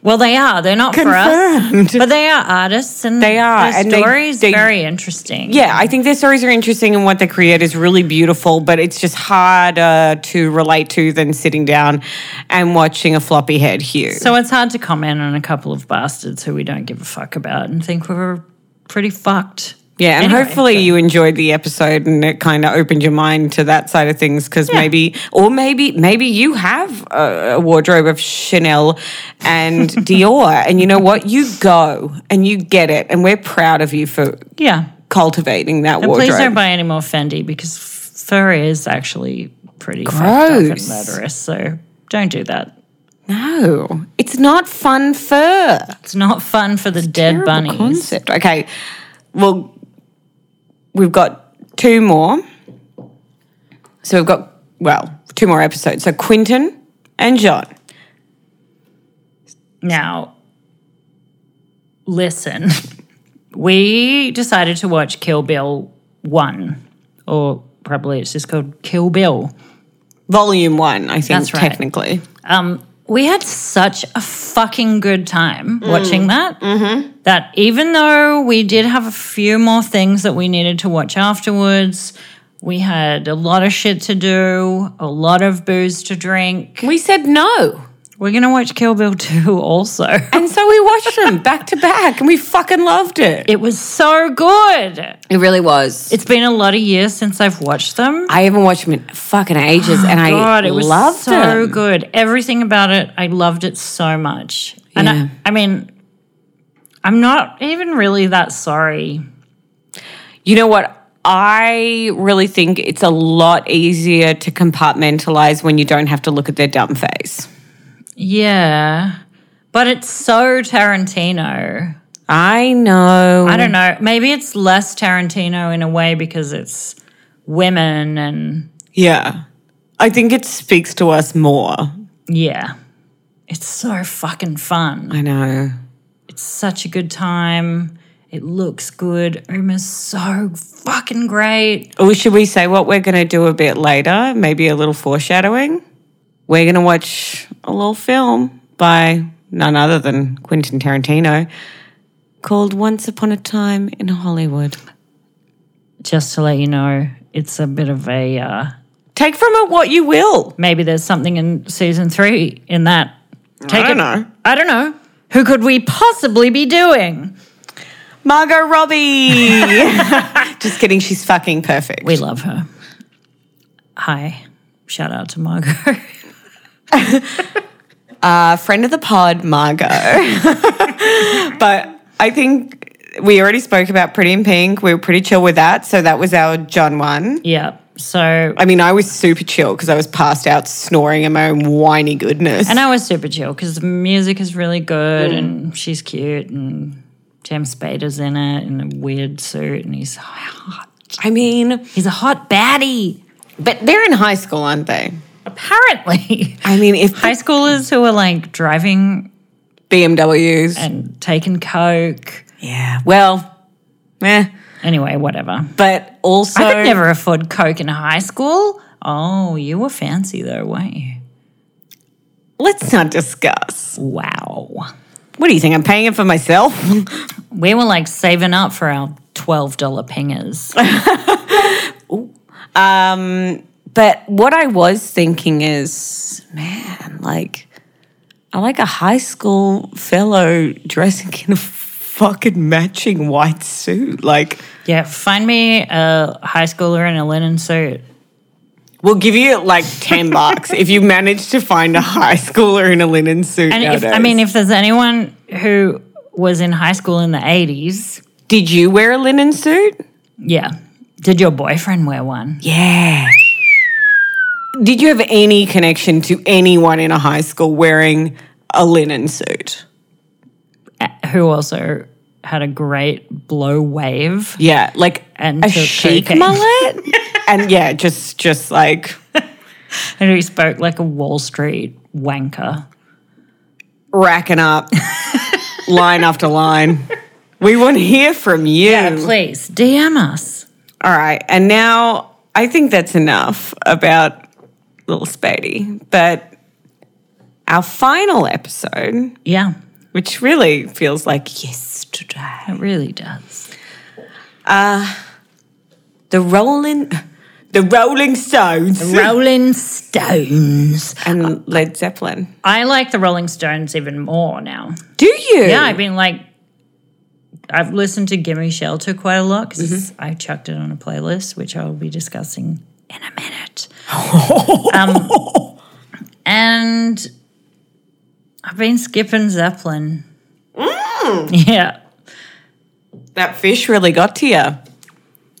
Well, they are. They're not for Confirmed. us, but they are artists, and They are, Their and they- story is they- very interesting. yeah, I think their stories are interesting and what they create is really beautiful, but it's just harder to relate to than sitting down and watching a floppy head Hugh. So it's hard to comment on a couple of bastards who we don't give a fuck about and think we're pretty fucked. Yeah, and Anyway, hopefully you enjoyed the episode and it kind of opened your mind to that side of things because maybe, or maybe, maybe you have a, a wardrobe of Chanel and Dior, and you know what? You go and you get it, and we're proud of you for Yeah. cultivating that And wardrobe. please don't buy any more Fendi because f- fur is actually pretty fucked up and Gross. murderous. So don't do that. no, it's not fun fur. It's not fun for the dead Terrible bunnies. concept. Okay, well, we've got two more. So we've got well, two more episodes. So Quinton and John. Now, listen, we decided to watch Kill Bill 1, or probably it's just called Kill Bill. Volume one, I think, That's right. technically. Um, we had such a fucking good time watching that. That even though we did have a few more things that we needed to watch afterwards, we had a lot of shit to do, a lot of booze to drink. We said no. We're going to watch Kill Bill 2 also. And so we watched them back to back and we fucking loved it. It was so good. It really was. It's been a lot of years since I've watched them. I haven't watched them in fucking ages and I God, it was loved so them. good. Everything about it, I loved it so much. And Yeah. I, I mean, I'm not even really that sorry. You know what? I really think it's a lot easier to compartmentalize when you don't have to look at their dumb face. Yeah. But it's so Tarantino. I know. I don't know. Maybe it's less Tarantino in a way because it's women and Yeah. I think it speaks to us more. yeah. It's so fucking fun. I know. It's such a good time. It looks good. Uma's so fucking great. Or should we say what we're going to do a bit later? Maybe a little foreshadowing? We're going to watch a little film by none other than Quentin Tarantino called Once Upon a Time in Hollywood. Just to let you know, it's a bit of a uh, Take from it what you will. maybe there's something in season three in that. Take don't it- know. I don't know. Who could we possibly be doing? Margot Robbie. Just kidding. She's fucking perfect. We love her. Hi. Shout out to Margot. a friend of the pod, Margot. but I think we already spoke about Pretty in Pink. We were pretty chill with that. So that was our John one. yeah. So I mean, I was super chill because I was passed out snoring at my own whiny goodness. And I was super chill because the music is really Mm. good and she's cute and Jim Spader's in it in a weird suit and he's hot. I mean, He's a hot baddie, but they're in high school, aren't they? apparently. I mean, if High schoolers who are like driving BMWs. and taking coke. Uh, yeah. Well, eh. Anyway, whatever. But also, I could never afford coke in high school. Oh, you were fancy though, weren't you? let's not discuss. Wow. What do you think? I'm paying it for myself. We were like saving up for our $12 pingers. But what I was thinking is, man, like, I like a high school fellow dressing in a fucking matching white suit. Like, yeah, find me a high schooler in a linen suit. we'll give you like 10 bucks if you manage to find a high schooler in a linen suit. And if, I nowadays. mean, if there's anyone who was in high school in the 80s, did you wear a linen suit? yeah. Did your boyfriend wear one? Yeah. Did you have any connection to anyone in a high school wearing a linen suit? Who also had a great blow wave? Yeah, like And a to chic cocaine. mullet, and yeah, just just like And he spoke like a Wall Street wanker. racking up line after line. We want to hear from you. Please DM us. All right, and now I think that's enough about little Spady, but our final episode, Yeah, which really feels like yesterday. it really does. The Rolling, the Rolling Stones, Rolling Stones. and Led Zeppelin. I like the Rolling Stones even more now. Do you? Yeah, I've been like, I've listened to Gimme Shelter quite a lot because I chucked it on a playlist, which I will be discussing in a minute. um, and I've been skipping Zeppelin. Yeah. that fish really got to you.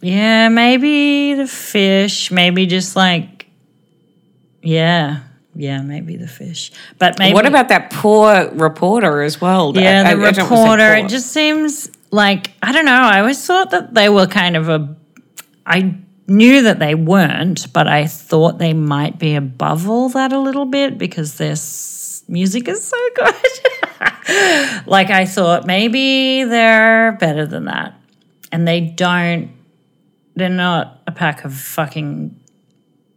Yeah, maybe the fish, maybe just like, yeah, yeah, maybe the fish. But maybe. What about that poor reporter as well? Yeah, I- the I- I don't wanna say reporter. poor. It just seems like I don't know. I always thought that they were kind of a. I knew that they weren't, but I thought they might be above all that a little bit because their s- music is so good. like I thought, maybe they're better than that, and they don't. They're not a pack of fucking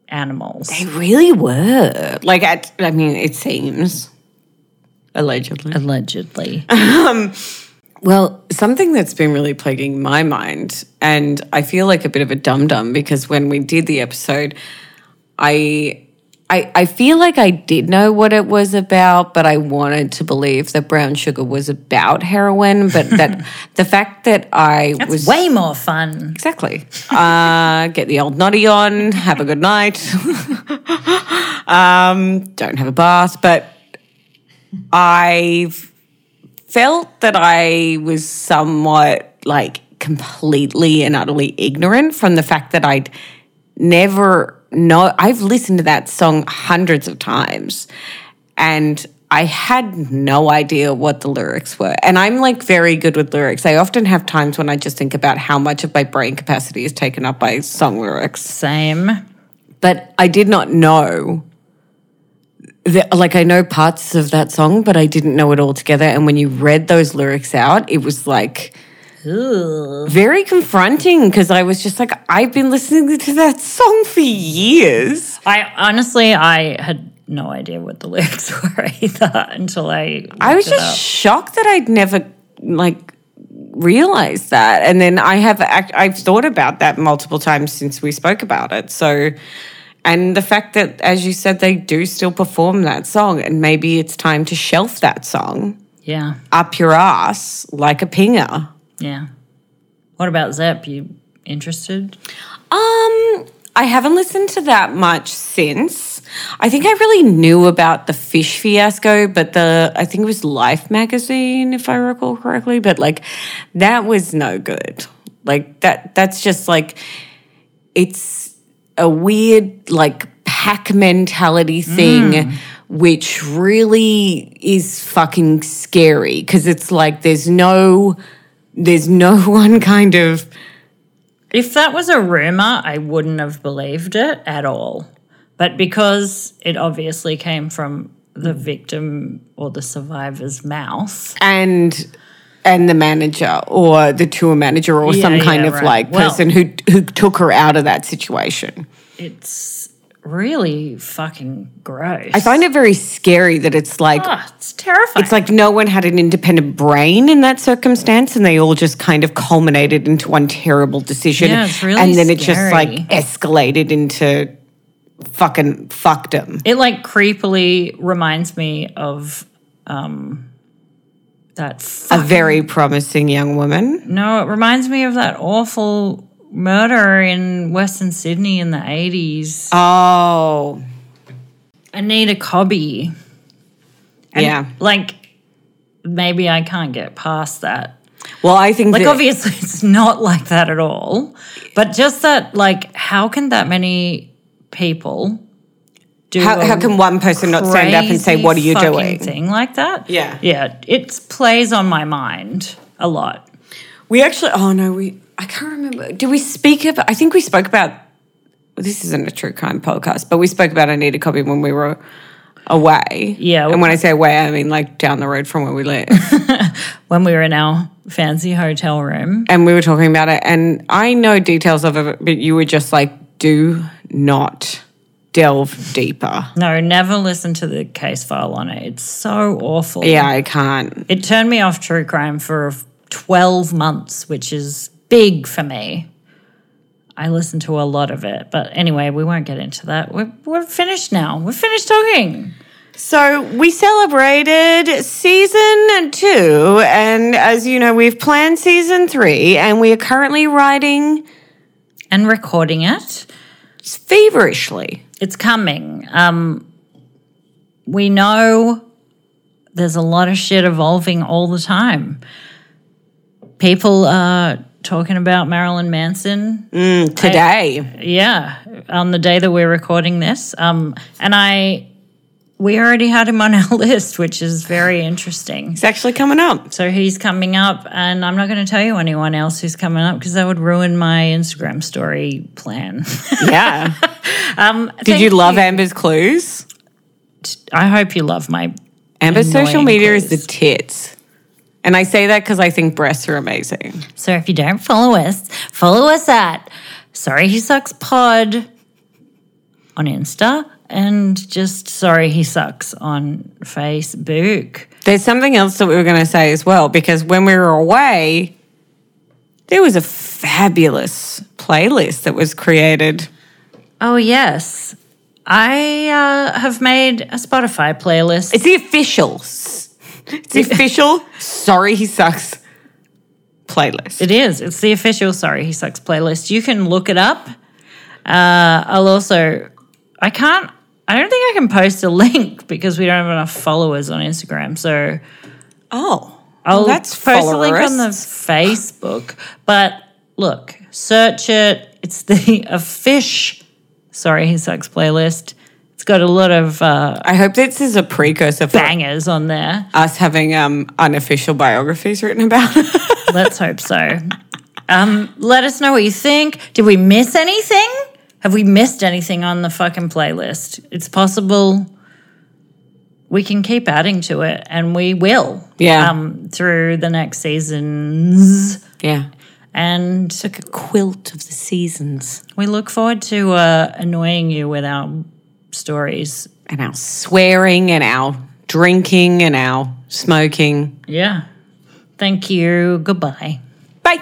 animals. They really were. Like, at, I mean, it seems allegedly. allegedly, Well, something that's been really plaguing my mind, and I feel like a bit of a dum dum because when we did the episode, I I, I feel like I did know what it was about, but I wanted to believe that brown sugar was about heroin. But that the fact that I That's was way more fun. exactly uh, get the old noddy on, have a good night. um, don't have a bath, but I felt that I was somewhat like completely and utterly ignorant from the fact that I'd never know. I've listened to that song hundreds of times and I had no idea what the lyrics were. And I'm like very good with lyrics. I often have times when I just think about how much of my brain capacity is taken up by song lyrics Same. but I did not know. That, like I know parts of that song, but I didn't know it all together. And when you read those lyrics out, it was like very confronting because I was just like, I've been listening to that song for years. I honestly, I had no idea what the lyrics were either until I. I was looked it just shocked that I'd never like realized that. And then I have act- I've thought about that multiple times since we spoke about it. So and the fact that as you said they do still perform that song and maybe it's time to shelf that song up. yeah, up your ass like a pinger. yeah. What about Zep? You interested? Um, I haven't listened to that much since. I think I really knew about the fish fiasco, but the I think it was Life magazine, if I recall correctly. But like, that was no good. Like that. That's just like, it's a weird like pack mentality thing. Which really is fucking scary because it's like there's no, there's no one kind of If that was a rumor, I wouldn't have believed it at all. But because it obviously came from the victim or the survivor's mouth, and and the manager or the tour manager or Yeah, some yeah, kind of right. like Well- person who who took her out of that situation. it's really fucking gross. Ah, I find it very scary that it's like it's terrifying. it's like no one had an independent brain in that circumstance and they all just kind of culminated into one terrible decision Yeah, it's really and then it just scary. like escalated into fucking fuckdom. It like creepily reminds me of um that A fuck. very promising young woman. No, it reminds me of that awful murder in Western Sydney in the 80s. Oh, Anita Cobby. yeah. Like maybe I can't get past that. Well, I think Like that- obviously it's not like that at all. But just that like how can that many people do how, a how can one person not stand up and say, crazy "What are you fucking doing?" Thing like that. Yeah. yeah. It plays on my mind a lot. We actually, oh no, we, I can't remember. Did we speak about, I think we spoke about, well, this isn't a true crime podcast, but we spoke about Anita Cobby when we were away. Yeah. And when I say away, I mean like down the road from where we live. When we were in our fancy hotel room, and we were talking about it, and I know details of it, but you were just like, do not delve deeper. no, never listen to the case file on it. It's so awful. Yeah, I can't. it turned me off true crime for twelve months, which is big for me. I listened to a lot of it, but anyway, we won't get into that. We're, we're finished now. We're finished talking. So we celebrated season two, and as you know, we've planned season three, and we are currently writing And recording it. feverishly. it's coming. Um, we know there's a lot of shit evolving all the time. People are talking about Marilyn Manson. today. Yeah, on the day that we're recording this. Um, and I, we already had him on our list, which is very interesting. It's actually coming up. So he's coming up, and I'm not going to tell you anyone else who's coming up because that would ruin my Instagram story plan. Yeah. um, Did you thank love Amber's clues? I hope you love my Amber's social Annoying media is clues. the tits. And I say that because I think breasts are amazing. So if you don't follow us, follow us at Sorry He Sucks Pod on Insta and just Sorry He Sucks on Facebook. There's something else that we were going to say as well, because when we were away, there was a fabulous playlist that was created. Oh, yes. I uh, have made a Spotify playlist. It's the officials. It's the official Sorry He Sucks playlist. It is. It's the official Sorry He Sucks playlist. You can look it up. Uh, I'll also, I can't, I don't think I can post a link because we don't have enough followers on Instagram. So Oh, I'll that's post a link on the followerist. Facebook. But look, search it. It's the a fish. Sorry, he sucks playlist. It's got a lot of uh, I hope this is a precursor for bangers on there. us having um, unofficial biographies written about it. Let's hope so. Um, let us know what you think. Did we miss anything? Have we missed anything on the fucking playlist? It's possible we can keep adding to it, and we will. Yeah. Um, through the next seasons, Yeah. and like a quilt of the seasons We look forward to uh, annoying you with our stories. And our swearing and our drinking and our smoking. Yeah. Thank you. Goodbye. Bye.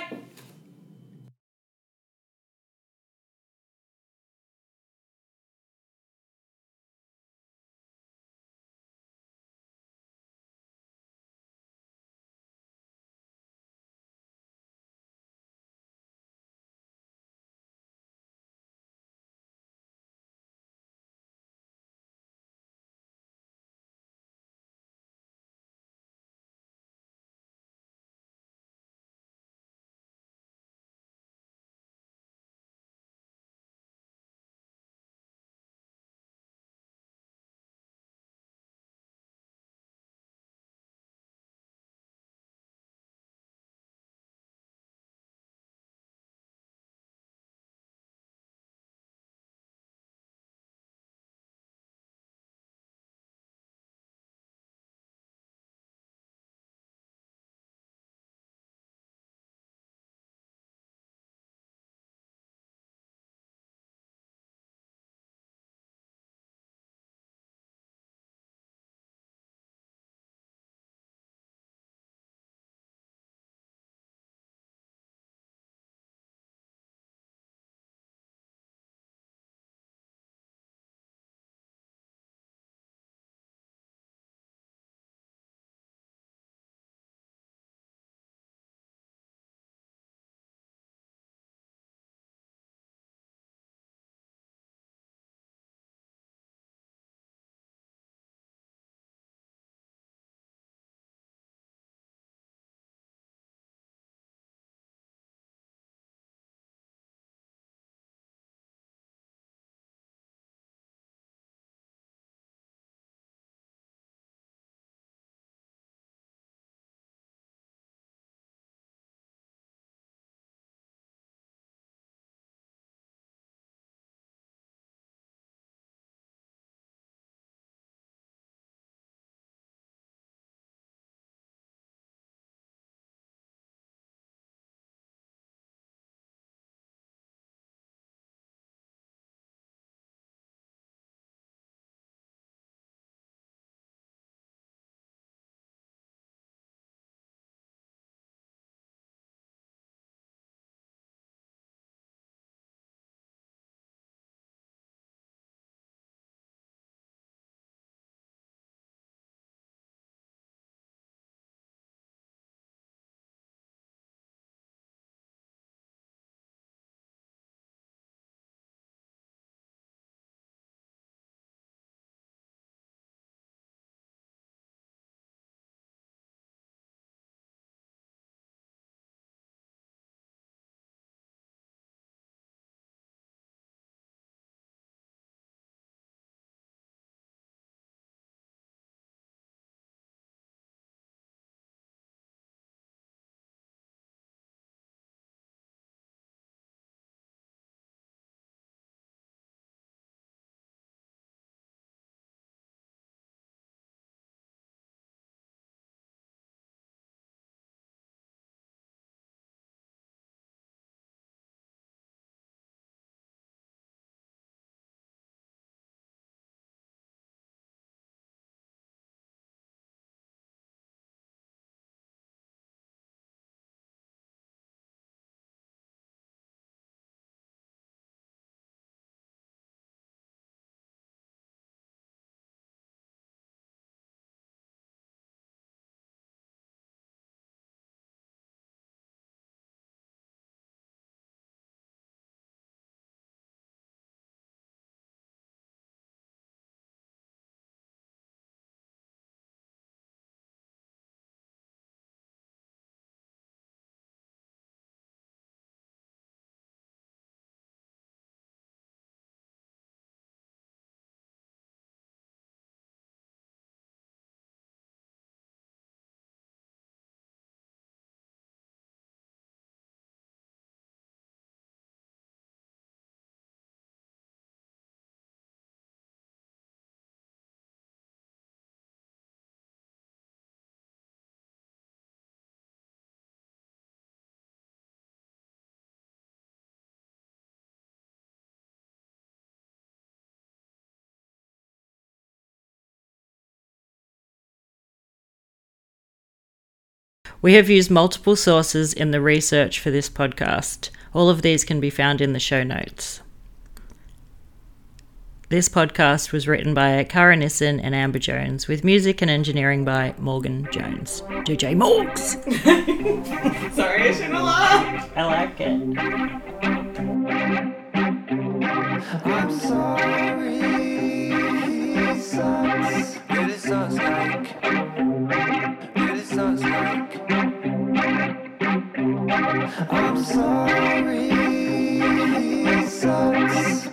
We have used multiple sources in the research for this podcast. All of these can be found in the show notes. This podcast was written by Kara Nissen and Amber Jones, with music and engineering by Morgan Jones. DJ Morgs! Sorry, I shouldn't have laughed. I like it. I'm sorry, he sucks. Really sucks like. Really sucks like. I'm sorry, he sucks.